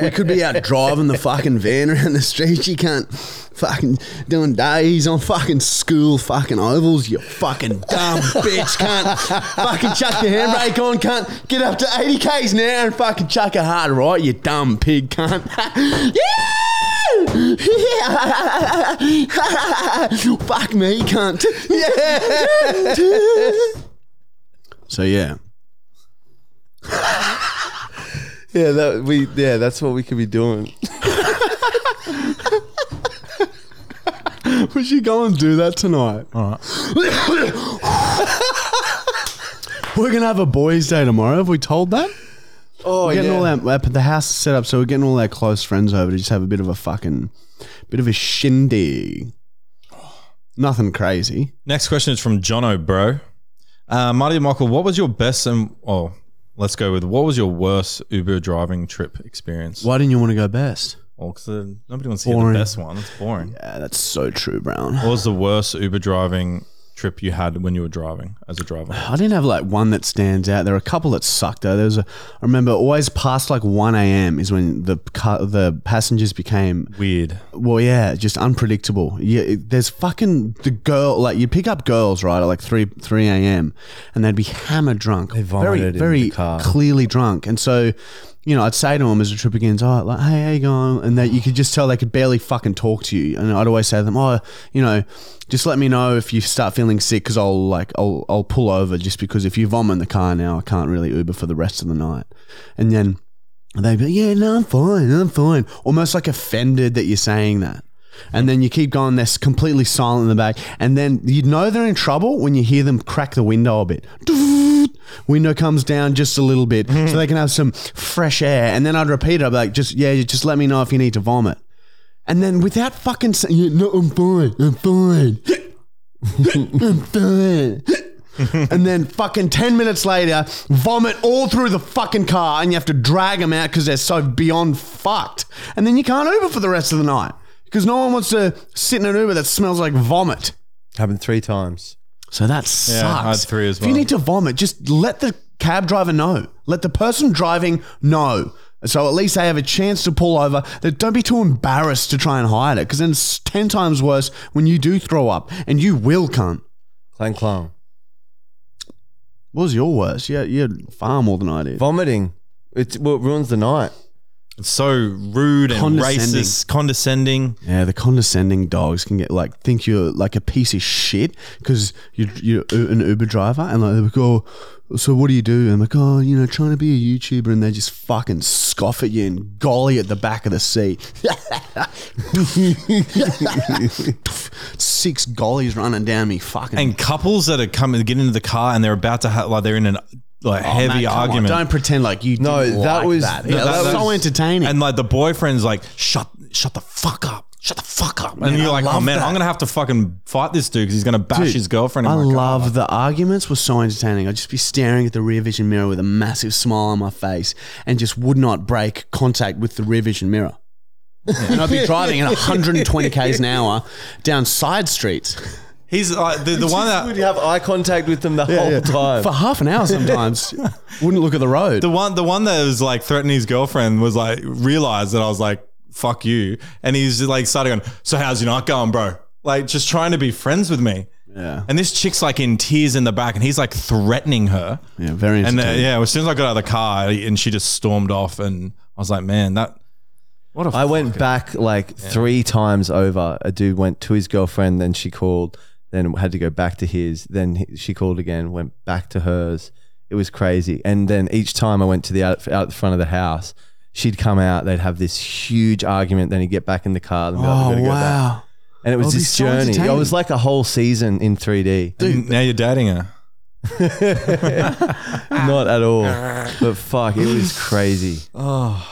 [SPEAKER 1] we could be out driving the fucking van around the street, you can't fucking doing days on fucking school fucking ovals, you fucking dumb bitch, cunt. Fucking chuck the handbrake on, cunt. Get up to 80 Ks now and fucking chuck it hard, right, you dumb pig, cunt. yeah! Fuck me, cunt. Yeah! so, yeah.
[SPEAKER 3] Yeah, that we. Yeah, that's what we could be doing.
[SPEAKER 1] We should go and do that tonight. All right. we're gonna have a boys' day tomorrow. Have we told that?
[SPEAKER 3] Oh,
[SPEAKER 1] We're getting all our, our the house is set up, so we're getting all our close friends over to just have a bit of a fucking, bit of a shindig. Nothing crazy.
[SPEAKER 2] Next question is from John O'Bro. Uh, Marty and Michael, what was your best and, oh, let's go with what was your worst Uber driving trip experience?
[SPEAKER 1] Why didn't you want to go best?
[SPEAKER 2] Well, 'cause, uh, nobody wants to hear
[SPEAKER 1] Boring.
[SPEAKER 2] the best one. It's boring.
[SPEAKER 1] Yeah, Ah, that's so true, Brown.
[SPEAKER 2] What was the worst Uber driving trip you had when you were driving as a driver?
[SPEAKER 1] I didn't have like one that stands out. There are a couple that sucked though. There was a, I remember always past like one a.m. is when the car, the passengers became
[SPEAKER 2] Weird.
[SPEAKER 1] Well, yeah, just unpredictable. Yeah, it- there's fucking the girl. Like you pick up girls right at like three three a.m. and they'd be hammer drunk,
[SPEAKER 3] vomited in the
[SPEAKER 1] very very
[SPEAKER 3] car.
[SPEAKER 1] clearly drunk. And so, you know, I'd say to them as the trip begins, "Oh, like hey, how you going?" And that you could just tell they could barely fucking talk to you. And I'd always say to them, "Oh, you know, just let me know if you start feeling sick, because I'll like I'll I'll pull over just because if you vomit in the car now, I can't really Uber for the rest of the night." And then. And they'd be like, yeah, no, I'm fine, I'm fine. Almost like offended that you're saying that. And then you keep going, they're s- completely silent in the back. And then you know they're in trouble when you hear them crack the window a bit. Window comes down just a little bit so they can have some fresh air. And then I'd repeat it, I'd be like, just, yeah, just let me know if you need to vomit. And then without fucking saying, yeah, no, I'm fine, I'm fine, I'm fine. and then fucking 10 minutes later, vomit all through the fucking car and you have to drag them out because they're so beyond fucked. And then you can't Uber for the rest of the night because no one wants to sit in an Uber that smells like vomit.
[SPEAKER 3] Happened three times.
[SPEAKER 1] So that
[SPEAKER 2] Yeah, I had
[SPEAKER 1] sucks.
[SPEAKER 2] three as
[SPEAKER 1] If
[SPEAKER 2] well.
[SPEAKER 1] you need to vomit, just let the cab driver know. Let the person driving know. So at least they have a chance to pull over. That don't be too embarrassed to try and hide it, because then it's ten times worse when you do throw up, and you will cunt.
[SPEAKER 3] Clang clang.
[SPEAKER 1] What was your worst? Yeah, you had far more than I did.
[SPEAKER 3] Vomiting. It's what ruins the night.
[SPEAKER 2] It's so rude and
[SPEAKER 1] Condescending.
[SPEAKER 2] racist, condescending.
[SPEAKER 1] Yeah, the condescending dogs can get like think you're like a piece of shit because you're, you're u- an Uber driver and like they're like, oh, so what do you do? And I'm like, oh, you know, trying to be a YouTuber, and they just fucking scoff at you and golly at the back of the seat. Six gollies running down me, fucking.
[SPEAKER 2] And couples that are coming, get into the car and they're about to, ha- like, they're in an like
[SPEAKER 1] Oh, Matt,
[SPEAKER 2] heavy
[SPEAKER 1] come on,
[SPEAKER 2] argument.
[SPEAKER 1] don't pretend like you.
[SPEAKER 3] No,
[SPEAKER 1] didn't
[SPEAKER 3] that
[SPEAKER 1] like
[SPEAKER 3] was-
[SPEAKER 1] that.
[SPEAKER 3] no,
[SPEAKER 1] Yeah,
[SPEAKER 2] that
[SPEAKER 1] that's
[SPEAKER 2] was-
[SPEAKER 1] so entertaining.
[SPEAKER 2] And like the boyfriend's like, shut, shut the fuck up, shut the fuck up. And
[SPEAKER 1] Man,
[SPEAKER 2] you're
[SPEAKER 1] I
[SPEAKER 2] like, oh
[SPEAKER 1] love
[SPEAKER 2] man,
[SPEAKER 1] that.
[SPEAKER 2] I'm gonna have to fucking fight this dude because he's gonna bash
[SPEAKER 1] Dude,
[SPEAKER 2] his girlfriend. in
[SPEAKER 1] I
[SPEAKER 2] my car.
[SPEAKER 1] love the arguments were so entertaining. I'd just be staring at the rear vision mirror with a massive smile on my face and just would not break contact with the rear vision mirror. and I'd be driving at 120 k's an hour down side streets.
[SPEAKER 2] He's like the, the one that
[SPEAKER 3] Would you have eye contact with them the whole time?
[SPEAKER 1] for half an hour sometimes. Wouldn't look at the road.
[SPEAKER 2] the one the one that was like threatening his girlfriend was like realized that I was like fuck you, and he's just like started going. So how's your night going, bro? Like just trying to be friends with me.
[SPEAKER 1] yeah,
[SPEAKER 2] And this chick's like in tears in the back, and he's like threatening her.
[SPEAKER 1] yeah, very
[SPEAKER 2] And uh,
[SPEAKER 1] entertaining.
[SPEAKER 2] yeah, as soon as I got out of the car, and she just stormed off, and I was like, man, that what a
[SPEAKER 3] I went
[SPEAKER 2] fucking-
[SPEAKER 3] back like three times over. A dude went to his girlfriend, then she called, then had to go back to his, then he- she called again, went back to hers. It was crazy. And then each time I went to the out, out the front of the house, she'd come out, they'd have this huge argument, then he'd get back in the car and be like, "We gotta
[SPEAKER 1] oh
[SPEAKER 3] go back."
[SPEAKER 1] wow,
[SPEAKER 3] And it was
[SPEAKER 1] That'd be
[SPEAKER 3] this
[SPEAKER 1] so
[SPEAKER 3] journey. It
[SPEAKER 1] entertaining.
[SPEAKER 3] was like a whole season in 3D.
[SPEAKER 2] And now you're dating her.
[SPEAKER 3] Not at all. But fuck, it was crazy.
[SPEAKER 2] Oh,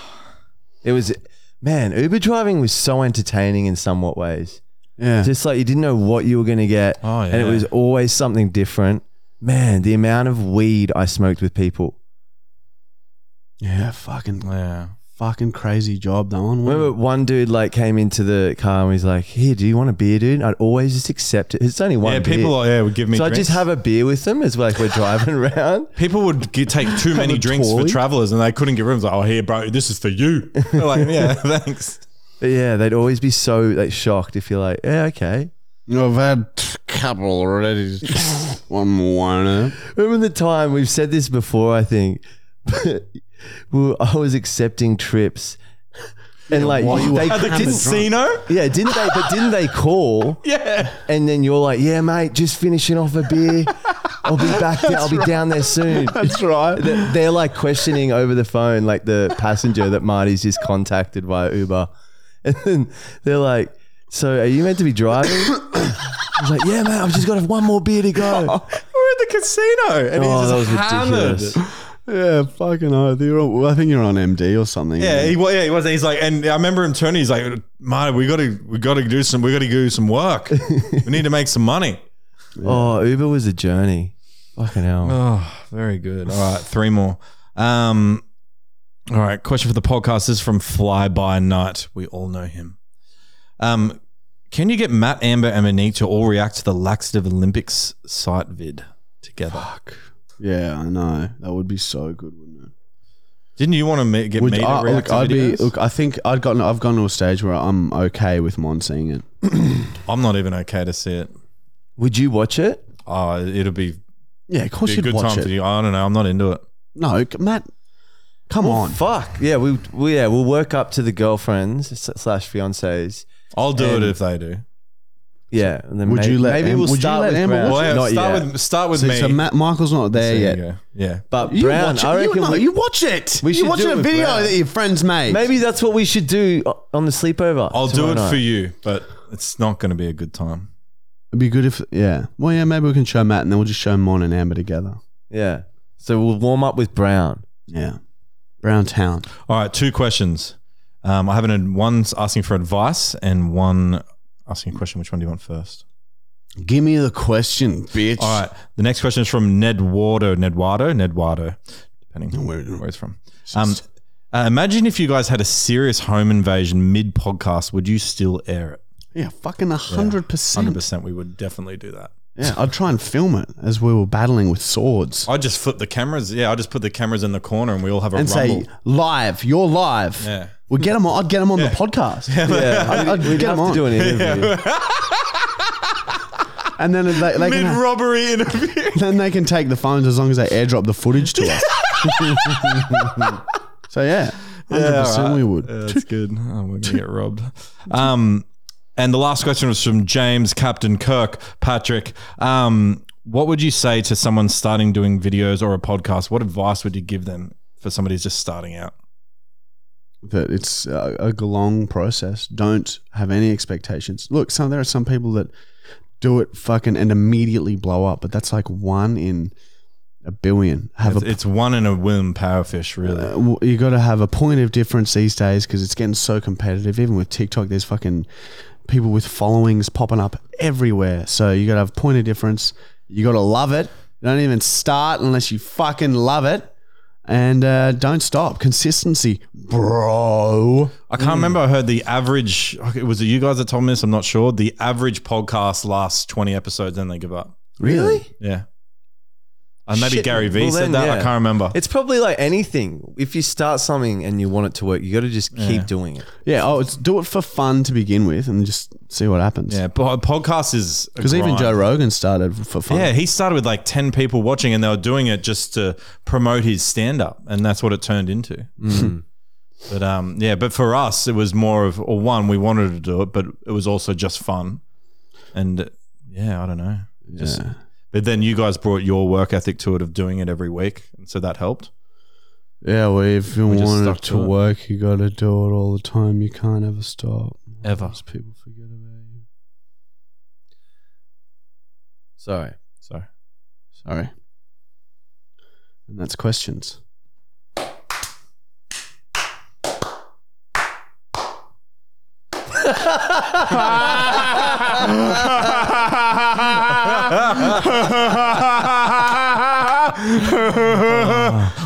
[SPEAKER 3] It was, man, Uber driving was so entertaining in somewhat ways.
[SPEAKER 1] yeah.
[SPEAKER 3] Just like you didn't know what you were going to get.
[SPEAKER 2] Oh, yeah.
[SPEAKER 3] And it was always something different. Man, the amount of weed I smoked with people.
[SPEAKER 1] Yeah, fucking
[SPEAKER 2] yeah.
[SPEAKER 1] fucking crazy job that one.
[SPEAKER 3] Remember
[SPEAKER 2] Mm.
[SPEAKER 3] one dude like came into the car and was like, "Here, do you want a beer, dude?" And I'd always just accept it. It's only one
[SPEAKER 2] yeah, people
[SPEAKER 3] beer.
[SPEAKER 2] are, yeah would give me.
[SPEAKER 3] so I
[SPEAKER 2] drinks.
[SPEAKER 3] just have a beer with them as like we're driving around.
[SPEAKER 2] People would get, take too many drinks for
[SPEAKER 1] trolley?
[SPEAKER 2] travelers, and they couldn't get rooms. Like, oh, here, bro, this is for you. They're like, yeah, thanks.
[SPEAKER 3] But yeah, they'd always be so like shocked if you're like, "Yeah, okay."
[SPEAKER 1] You know, I've had a couple already. one more. eh? no?
[SPEAKER 3] Remember the time we've said this before, I think. But we were, I was accepting trips, and like they
[SPEAKER 2] At the casino,
[SPEAKER 3] Yeah, didn't they? But didn't they call?
[SPEAKER 2] yeah,
[SPEAKER 3] And then you're like, yeah, mate, just finishing off a beer. I'll be back. Down. I'll be down there soon.
[SPEAKER 1] That's right.
[SPEAKER 3] They're they're, like questioning over the phone, like the passenger that Marty's just contacted via Uber. And then they're like, so are you meant to be driving? I was like, yeah, mate, I've just got one more beer to go.
[SPEAKER 2] we're at the casino, and
[SPEAKER 3] Oh, that
[SPEAKER 2] he's
[SPEAKER 3] was
[SPEAKER 2] just hammered.
[SPEAKER 3] ridiculous.
[SPEAKER 1] Yeah, fucking hell. You're on- I think you're on MD or something.
[SPEAKER 2] Yeah, he, wa- yeah, he was. He's like, and I remember him turning. He's like, "Man, we got to, we got to do some, we got to do some work. we need to make some money."
[SPEAKER 3] Oh, Uber was a journey. Fucking hell.
[SPEAKER 2] Oh, very good. All right, three more. Um, all right, question for the podcast this is from Fly By Night. We all know him. Um, can you get Matt, Amber, and Monique to all react to the Laxative Olympics site vid together?
[SPEAKER 1] Yeah, I know. That would be so good, wouldn't it?
[SPEAKER 2] Didn't you want to ma- get
[SPEAKER 1] Would-
[SPEAKER 2] me to
[SPEAKER 1] I,
[SPEAKER 2] react
[SPEAKER 1] look,
[SPEAKER 2] to
[SPEAKER 1] I'd be.
[SPEAKER 2] videos?
[SPEAKER 1] Look, I think I'd gotten. I've gone to a stage where I'm okay with Mon seeing it.
[SPEAKER 2] I'm not even okay to see it.
[SPEAKER 3] Would you watch it?
[SPEAKER 2] Oh, it'll be,
[SPEAKER 1] Yeah, of course
[SPEAKER 2] be a
[SPEAKER 1] you'd
[SPEAKER 2] good
[SPEAKER 1] watch
[SPEAKER 2] time
[SPEAKER 1] it.
[SPEAKER 2] for you. I don't know. I'm not into it.
[SPEAKER 1] No, c- Matt. Come on.
[SPEAKER 3] Oh, Fuck. Yeah, we, we yeah, we'll work up to the girlfriends slash fiancés.
[SPEAKER 2] I'll do
[SPEAKER 3] And-
[SPEAKER 2] it if they do.
[SPEAKER 3] Yeah, and then
[SPEAKER 1] Would
[SPEAKER 3] maybe,
[SPEAKER 1] you let
[SPEAKER 3] maybe
[SPEAKER 1] Em-
[SPEAKER 3] we'll
[SPEAKER 1] would you
[SPEAKER 3] start
[SPEAKER 1] let
[SPEAKER 3] with
[SPEAKER 1] Emma
[SPEAKER 3] Brown.
[SPEAKER 2] Well, yeah,
[SPEAKER 3] Not
[SPEAKER 2] start
[SPEAKER 3] yet.
[SPEAKER 2] with start with
[SPEAKER 1] So,
[SPEAKER 2] me.
[SPEAKER 1] so Matt Michael's not there
[SPEAKER 2] There you
[SPEAKER 1] yet.
[SPEAKER 2] go. Yeah.
[SPEAKER 3] But
[SPEAKER 1] You
[SPEAKER 3] Brown,
[SPEAKER 1] watch it.
[SPEAKER 3] I reckon
[SPEAKER 1] you, no,
[SPEAKER 3] we-
[SPEAKER 1] you watch it.
[SPEAKER 3] we
[SPEAKER 1] you
[SPEAKER 3] should
[SPEAKER 1] watch
[SPEAKER 3] do it
[SPEAKER 1] a
[SPEAKER 3] with
[SPEAKER 1] video
[SPEAKER 3] Brown.
[SPEAKER 1] that your friends made.
[SPEAKER 3] maybe that's what we should do o- on the sleepover.
[SPEAKER 2] I'll do
[SPEAKER 3] tomorrow
[SPEAKER 2] it
[SPEAKER 3] night.
[SPEAKER 2] for you, but it's not going to be a good time.
[SPEAKER 1] it'd be good if yeah. Well, yeah, maybe we can show Matt and then we'll just show Mon and Amber together.
[SPEAKER 3] Yeah. So we'll warm up with Brown.
[SPEAKER 1] Yeah, Brown Town.
[SPEAKER 2] All right, two questions. Um, I have an one's asking for advice and one asking a question. Which one do you want first?
[SPEAKER 1] Give me the question, bitch.
[SPEAKER 2] All right. The next question is from Ned Wardo. Ned Wardo. Ned Wardo. Depending on where, where he's from. Um, uh, imagine if you guys had a serious home invasion mid podcast, would you still air it?
[SPEAKER 1] Yeah, fucking a hundred percent.
[SPEAKER 2] 100%. We would definitely do that.
[SPEAKER 1] Yeah, I'd try and film it as we were battling with swords
[SPEAKER 2] I just flip the cameras. Yeah, I just put the cameras in the corner and we all have a
[SPEAKER 1] and
[SPEAKER 2] rumble.
[SPEAKER 1] say live. You're live.
[SPEAKER 2] yeah.
[SPEAKER 1] We'd get them. On, I'd get them on the podcast.
[SPEAKER 3] Yeah,
[SPEAKER 1] I'd, I'd
[SPEAKER 3] we'd
[SPEAKER 1] get
[SPEAKER 3] have to
[SPEAKER 1] them on,
[SPEAKER 3] do an interview.
[SPEAKER 1] and then they, they
[SPEAKER 2] Mid
[SPEAKER 1] can,
[SPEAKER 2] robbery interview.
[SPEAKER 1] then they can take the phones as long as they airdrop the footage to us. so yeah, hundred percent we would.
[SPEAKER 2] Yeah, that's good. Oh, we're gonna get robbed. Um, and the last question was from James Captain Kirk Patrick. Um, what would you say to someone starting doing videos or a podcast? What advice would you give them for somebody who's just starting out?
[SPEAKER 1] that it's a, a long process. Don't have any expectations. Look, some there are some people that do it fucking and immediately blow up, but that's like one in a billion. Have
[SPEAKER 2] It's,
[SPEAKER 1] a
[SPEAKER 2] it's one in a womb powerfish, really.
[SPEAKER 1] uh, w- you got to have a point of difference these days because it's getting so competitive. Even with TikTok, there's fucking people with followings popping up everywhere. So you got to have point of difference. You got to love it. You don't even start unless you fucking love it.
[SPEAKER 7] And uh, don't stop. Consistency, bro.
[SPEAKER 2] I can't remember. I heard the average. okay, Was it you guys that told me this? I'm not sure. The average podcast lasts 20 episodes, then they give up.
[SPEAKER 3] Really?
[SPEAKER 2] Yeah. And maybe
[SPEAKER 3] Shit.
[SPEAKER 2] Gary Vee
[SPEAKER 3] Well,
[SPEAKER 2] said
[SPEAKER 3] then,
[SPEAKER 2] that. I
[SPEAKER 3] yeah.
[SPEAKER 2] can't remember.
[SPEAKER 3] It's probably like anything. If you start something and you want it to work, you got to just keep
[SPEAKER 2] Yeah.
[SPEAKER 3] doing it.
[SPEAKER 7] Yeah, oh, it's, do it for fun to begin with and just see what happens.
[SPEAKER 2] yeah, but a podcast is
[SPEAKER 7] Because even Joe
[SPEAKER 2] Rogan.
[SPEAKER 7] Rogan started for fun.
[SPEAKER 2] Yeah, he started with like 10 people watching and they were doing it just to promote his stand up. And that's what it turned into. But um, yeah, but for us, it was more of, or one, we wanted to do it, but it was also just fun. And yeah, I don't know. Just, But then you guys brought your work ethic to it of doing it every week. And so that helped.
[SPEAKER 7] Yeah, well, if you
[SPEAKER 2] We just
[SPEAKER 7] want
[SPEAKER 2] stuck
[SPEAKER 7] it
[SPEAKER 2] to
[SPEAKER 7] to
[SPEAKER 2] it.
[SPEAKER 7] work, you got to do it all the time. You can't ever stop.
[SPEAKER 2] Ever.
[SPEAKER 7] People forget about you.
[SPEAKER 3] Sorry.
[SPEAKER 2] So
[SPEAKER 7] Sorry. And that's questions.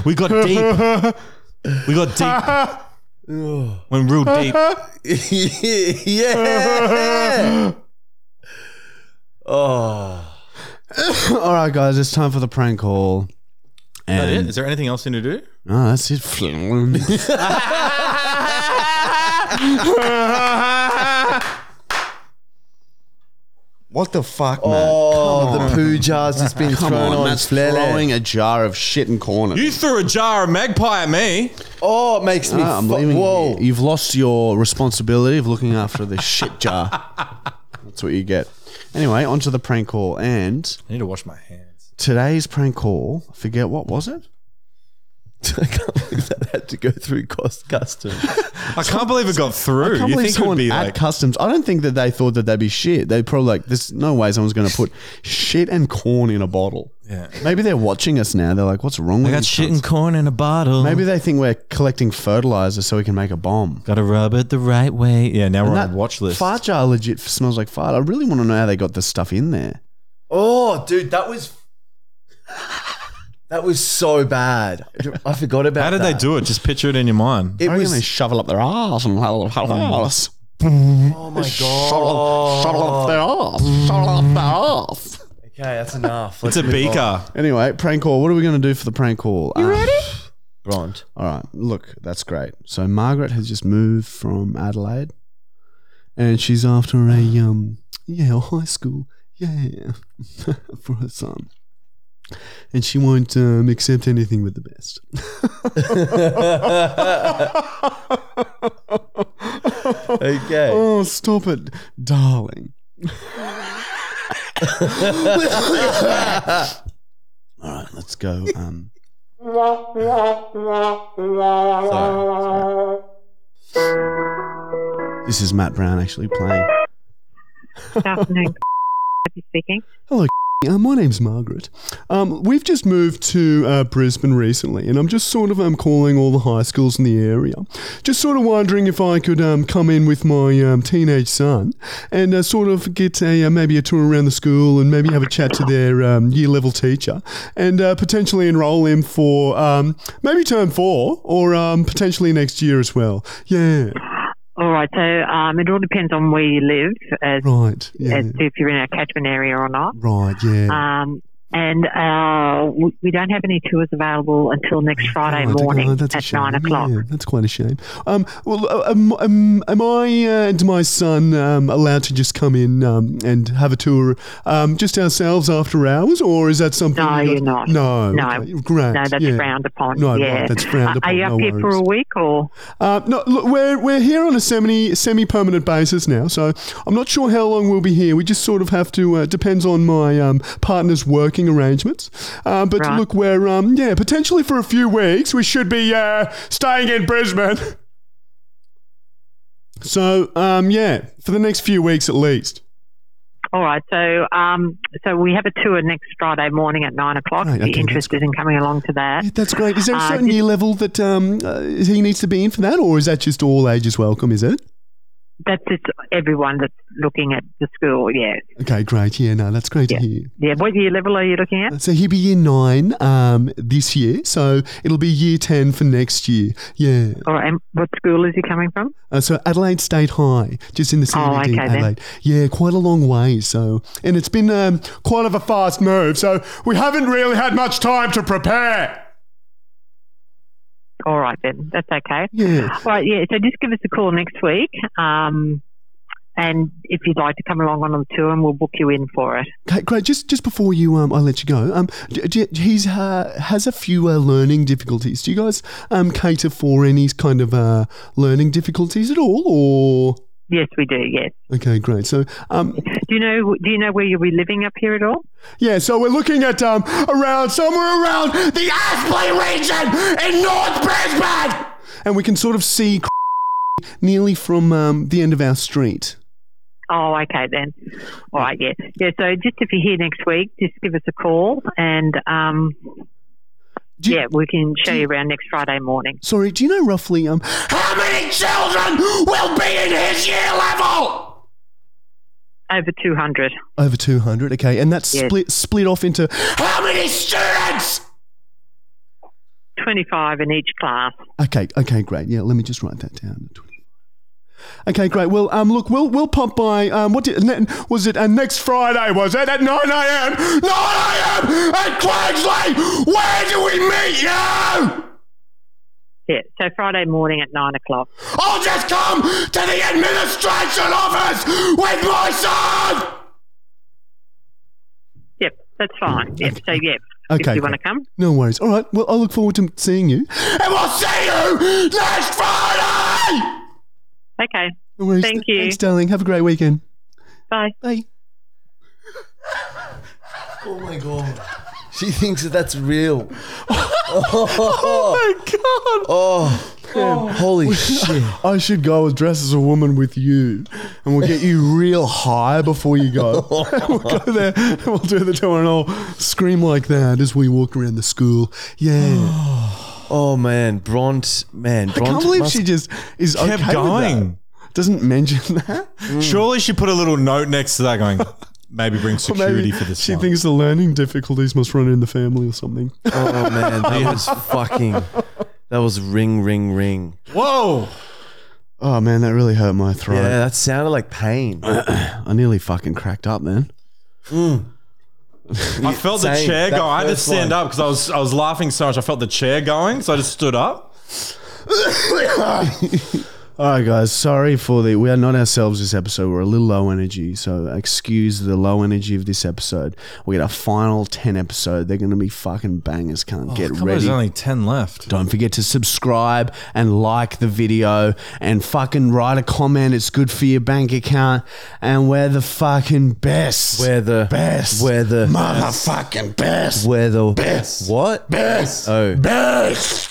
[SPEAKER 2] we got deep. We got deep. Went real deep.
[SPEAKER 3] yeah. oh.
[SPEAKER 7] all right, guys, it's time for the prank call.
[SPEAKER 2] Is that
[SPEAKER 7] And
[SPEAKER 2] it? Is there anything else you need to do?
[SPEAKER 7] Oh, that's it. what the fuck, man?
[SPEAKER 3] Oh, the poo jars has been
[SPEAKER 7] Come
[SPEAKER 3] thrown
[SPEAKER 7] on,
[SPEAKER 3] on,
[SPEAKER 7] that's
[SPEAKER 3] Flele.
[SPEAKER 7] throwing a jar of shit in corner.
[SPEAKER 2] You threw a jar of magpie at me.
[SPEAKER 3] Oh, it makes me.
[SPEAKER 7] Ah, I'm
[SPEAKER 3] fu-
[SPEAKER 7] leaving.
[SPEAKER 3] Whoa.
[SPEAKER 7] You've lost your responsibility of looking after this shit jar. That's what you get. Anyway, onto the prank call. And
[SPEAKER 2] I need to wash my hands.
[SPEAKER 7] today's prank call, I forget what was it?
[SPEAKER 3] I can't believe that had to go through cost custom.
[SPEAKER 2] I can't believe it got through.
[SPEAKER 7] I can't
[SPEAKER 2] you
[SPEAKER 7] believe
[SPEAKER 2] think it would
[SPEAKER 7] someone
[SPEAKER 2] be
[SPEAKER 7] at
[SPEAKER 2] like
[SPEAKER 7] customs. I don't think that they thought that they'd be shit. They probably like, there's no way someone's going to put shit and corn in a bottle.
[SPEAKER 2] Yeah.
[SPEAKER 7] Maybe they're watching us now. They're like, what's wrong with these cunts?
[SPEAKER 2] corn in a bottle.
[SPEAKER 7] Maybe they think we're collecting fertilizer so we can make a bomb.
[SPEAKER 2] gotta rub it the right way. Yeah, now we're on
[SPEAKER 7] That
[SPEAKER 2] a watch list.
[SPEAKER 7] Fart jar legit smells like fart. I really want to know how they got this stuff in there.
[SPEAKER 3] Oh, dude, that was that was so bad. I forgot about.
[SPEAKER 2] How did they
[SPEAKER 3] that.
[SPEAKER 2] do it? Just picture it in your mind.
[SPEAKER 3] It
[SPEAKER 7] I reckon they
[SPEAKER 3] was.
[SPEAKER 7] shovel up their ass and
[SPEAKER 3] Oh my god.
[SPEAKER 7] shovel up their ass, shovel up their ass.
[SPEAKER 3] Oh, Okay, that's enough.
[SPEAKER 2] it's a beaker.
[SPEAKER 7] Anyway, prank call. What are we going to do for the prank call? Uh, You ready?
[SPEAKER 3] Bront.
[SPEAKER 7] All right. Look, that's great. So Margaret has just moved from Adelaide, and she's after a um yeah a high school yeah for her son, and she won't um, accept anything with the best.
[SPEAKER 3] Okay.
[SPEAKER 7] Oh, stop it, darling. All right, let's go. Um, sorry, sorry. This is Matt Brown actually playing.
[SPEAKER 8] Good afternoon. Happy speaking.
[SPEAKER 7] Uh, my name's Margaret. Um, we've just moved to uh, Brisbane recently, and I'm just sort of um, calling all the high schools in the area. Just sort of wondering if I could um, come in with my um, teenage son and uh, sort of get a uh, maybe a tour around the school and maybe have a chat to their um, year level teacher and uh, potentially enrol him for um, maybe term four or um, potentially next year as well. Yeah,
[SPEAKER 8] All right. So um, it all depends on where you live as,
[SPEAKER 7] right. Yeah,
[SPEAKER 8] as to if you're in our catchment area or not.
[SPEAKER 7] right. Yeah.
[SPEAKER 8] Um, and uh, we- we don't have any tours available until next Friday
[SPEAKER 7] Oh, that- oh,
[SPEAKER 8] morning
[SPEAKER 7] that's a
[SPEAKER 8] at
[SPEAKER 7] shame.
[SPEAKER 8] nine o'clock.
[SPEAKER 7] Yeah, that's quite a shame. Um, well, uh, am, am, am I uh, and my son um, allowed to just come in um, and have a tour um, just ourselves after hours, or is that something?
[SPEAKER 8] No,
[SPEAKER 7] you
[SPEAKER 8] you're not.
[SPEAKER 7] No,
[SPEAKER 8] No.
[SPEAKER 7] okay, great.
[SPEAKER 8] No, that's
[SPEAKER 7] yeah.
[SPEAKER 8] frowned upon.
[SPEAKER 7] No, right,
[SPEAKER 8] yeah.
[SPEAKER 7] that's frowned
[SPEAKER 8] Uh, Are
[SPEAKER 7] upon,
[SPEAKER 8] you up
[SPEAKER 7] no
[SPEAKER 8] here for
[SPEAKER 7] worries.
[SPEAKER 8] a week or?
[SPEAKER 7] Uh, no, look, we're we're here on a semi semi permanent basis now, so I'm not sure how long we'll be here. We just sort of have to uh, depends on my um, partner's working arrangements. Um, but
[SPEAKER 8] Right.
[SPEAKER 7] look, we're um, yeah potentially for a few weeks we should be uh, staying in Brisbane. So um, yeah, for the next few weeks at least.
[SPEAKER 8] All right. So, um, so we have a tour next Friday morning at nine o'clock.
[SPEAKER 7] Right,
[SPEAKER 8] if
[SPEAKER 7] okay,
[SPEAKER 8] you're
[SPEAKER 7] that's
[SPEAKER 8] interested in coming along to that.
[SPEAKER 7] Yeah, That's great. Is there a
[SPEAKER 8] Uh,
[SPEAKER 7] certain
[SPEAKER 8] did-
[SPEAKER 7] year level that um, uh, he needs to be in for that, or is that just all ages welcome? Is it?
[SPEAKER 8] that's just everyone that's looking at the school. Yeah,
[SPEAKER 7] Okay, great. Yeah, no, that's great to hear.
[SPEAKER 8] yeah. What year level are you looking at?
[SPEAKER 7] So he'll be year nine um, this year. So it'll be year 10 for next year. Yeah.
[SPEAKER 8] All right. And what school is he coming from?
[SPEAKER 7] Uh, so Adelaide State High, just in the
[SPEAKER 8] Oh,
[SPEAKER 7] CBD,
[SPEAKER 8] okay then.
[SPEAKER 7] Adelaide. Yeah, quite a long way. So, and it's been um, quite of a fast move. So we haven't really had much time to prepare.
[SPEAKER 8] All right then. That's okay.
[SPEAKER 7] Yeah.
[SPEAKER 8] All right. Yeah. So just give us a call next week. Um, and if you'd like to come along on the tour, and we'll book you in for it.
[SPEAKER 7] Okay, great. Just just before you, um, I let you go. Um, d- d- he's uh, has a few uh, learning difficulties. Do you guys um cater for any kind of uh learning difficulties at all, or
[SPEAKER 8] Yes, we do. Yes.
[SPEAKER 7] okay, great. So um,
[SPEAKER 8] Do you know? Do you know where you'll be living up here at all?
[SPEAKER 7] Yeah, so we're looking at um around somewhere around the Aspley region in North Brisbane, and we can sort of see nearly from um, the end of our street.
[SPEAKER 8] Oh, okay then. All right. Yeah. Yeah. So just if you're here next week, just give us a call, and um,
[SPEAKER 7] Do you-
[SPEAKER 8] yeah, we can show you around next Friday morning.
[SPEAKER 7] Sorry, do you know roughly um how many children will be in his year level?
[SPEAKER 8] Over 200.
[SPEAKER 7] Over two hundred. Okay, and that's
[SPEAKER 8] Yes.
[SPEAKER 7] split split off into how many students?
[SPEAKER 8] 25 in each class.
[SPEAKER 7] Okay, okay, great. Yeah, let me just write that down. Okay, great. Well, um, look, we'll we'll pop by. Um, what did, ne- was it? Uh, next Friday was it at nine a.m. Nine a.m. at Queensland. Where do we meet you?
[SPEAKER 8] Yeah, so Friday morning at 9 o'clock.
[SPEAKER 7] I'll just come to the administration office with my son.
[SPEAKER 8] Yep, that's fine. Yep, so yeah,
[SPEAKER 7] Okay,
[SPEAKER 8] if you
[SPEAKER 7] great.
[SPEAKER 8] want to come.
[SPEAKER 7] No worries. All right. Well, I look forward to seeing you, and we'll see you next Friday.
[SPEAKER 8] Okay,
[SPEAKER 7] No worries.
[SPEAKER 8] Thank you.
[SPEAKER 7] Thanks, darling. Have a great weekend.
[SPEAKER 8] bye.
[SPEAKER 7] Bye.
[SPEAKER 3] Oh my god. She thinks that that's real.
[SPEAKER 7] Oh my God.
[SPEAKER 3] Oh, holy shit.
[SPEAKER 7] I should go and dress as a woman with you, and we'll get you real high before you go. we'll go there, and we'll do the tour, and I'll scream like that as we walk around the school. Yeah,
[SPEAKER 3] Oh man, Bront, man,
[SPEAKER 7] I
[SPEAKER 3] Bront.
[SPEAKER 7] can't believe
[SPEAKER 3] must-
[SPEAKER 7] she just is
[SPEAKER 2] Kept
[SPEAKER 7] okay with
[SPEAKER 2] going.
[SPEAKER 7] that. Doesn't mention that.
[SPEAKER 2] Surely she put a little note next to that going, maybe bring
[SPEAKER 7] Or
[SPEAKER 2] security for this
[SPEAKER 7] she
[SPEAKER 2] one.
[SPEAKER 7] thinks the learning difficulties must run in the family or something.
[SPEAKER 3] Oh man, that was fucking. That was ring, ring, ring.
[SPEAKER 2] Whoa!
[SPEAKER 7] Oh man, that really hurt my throat.
[SPEAKER 3] Yeah, that sounded like pain.
[SPEAKER 7] I nearly fucking cracked up, man.
[SPEAKER 2] I felt the
[SPEAKER 3] same.
[SPEAKER 2] chair
[SPEAKER 3] That
[SPEAKER 2] go. I had to
[SPEAKER 3] first
[SPEAKER 2] stand
[SPEAKER 3] line.
[SPEAKER 2] up because I was I was laughing so much. I felt the chair going, so I just stood up.
[SPEAKER 7] All right, guys. Sorry for the. We are not ourselves this episode. We're a little low energy, so excuse the low energy of this episode. We got a final ten episode. They're going to be fucking bangers. Can't get ready.
[SPEAKER 2] ten left.
[SPEAKER 7] Don't forget to subscribe and like the video and fucking write a comment. It's good for your bank account. And we're the fucking best.
[SPEAKER 3] Where the
[SPEAKER 7] best.
[SPEAKER 3] Where the
[SPEAKER 7] motherfucking best.
[SPEAKER 3] where the
[SPEAKER 7] Best.
[SPEAKER 3] What?
[SPEAKER 7] best.
[SPEAKER 3] Oh.
[SPEAKER 7] Best.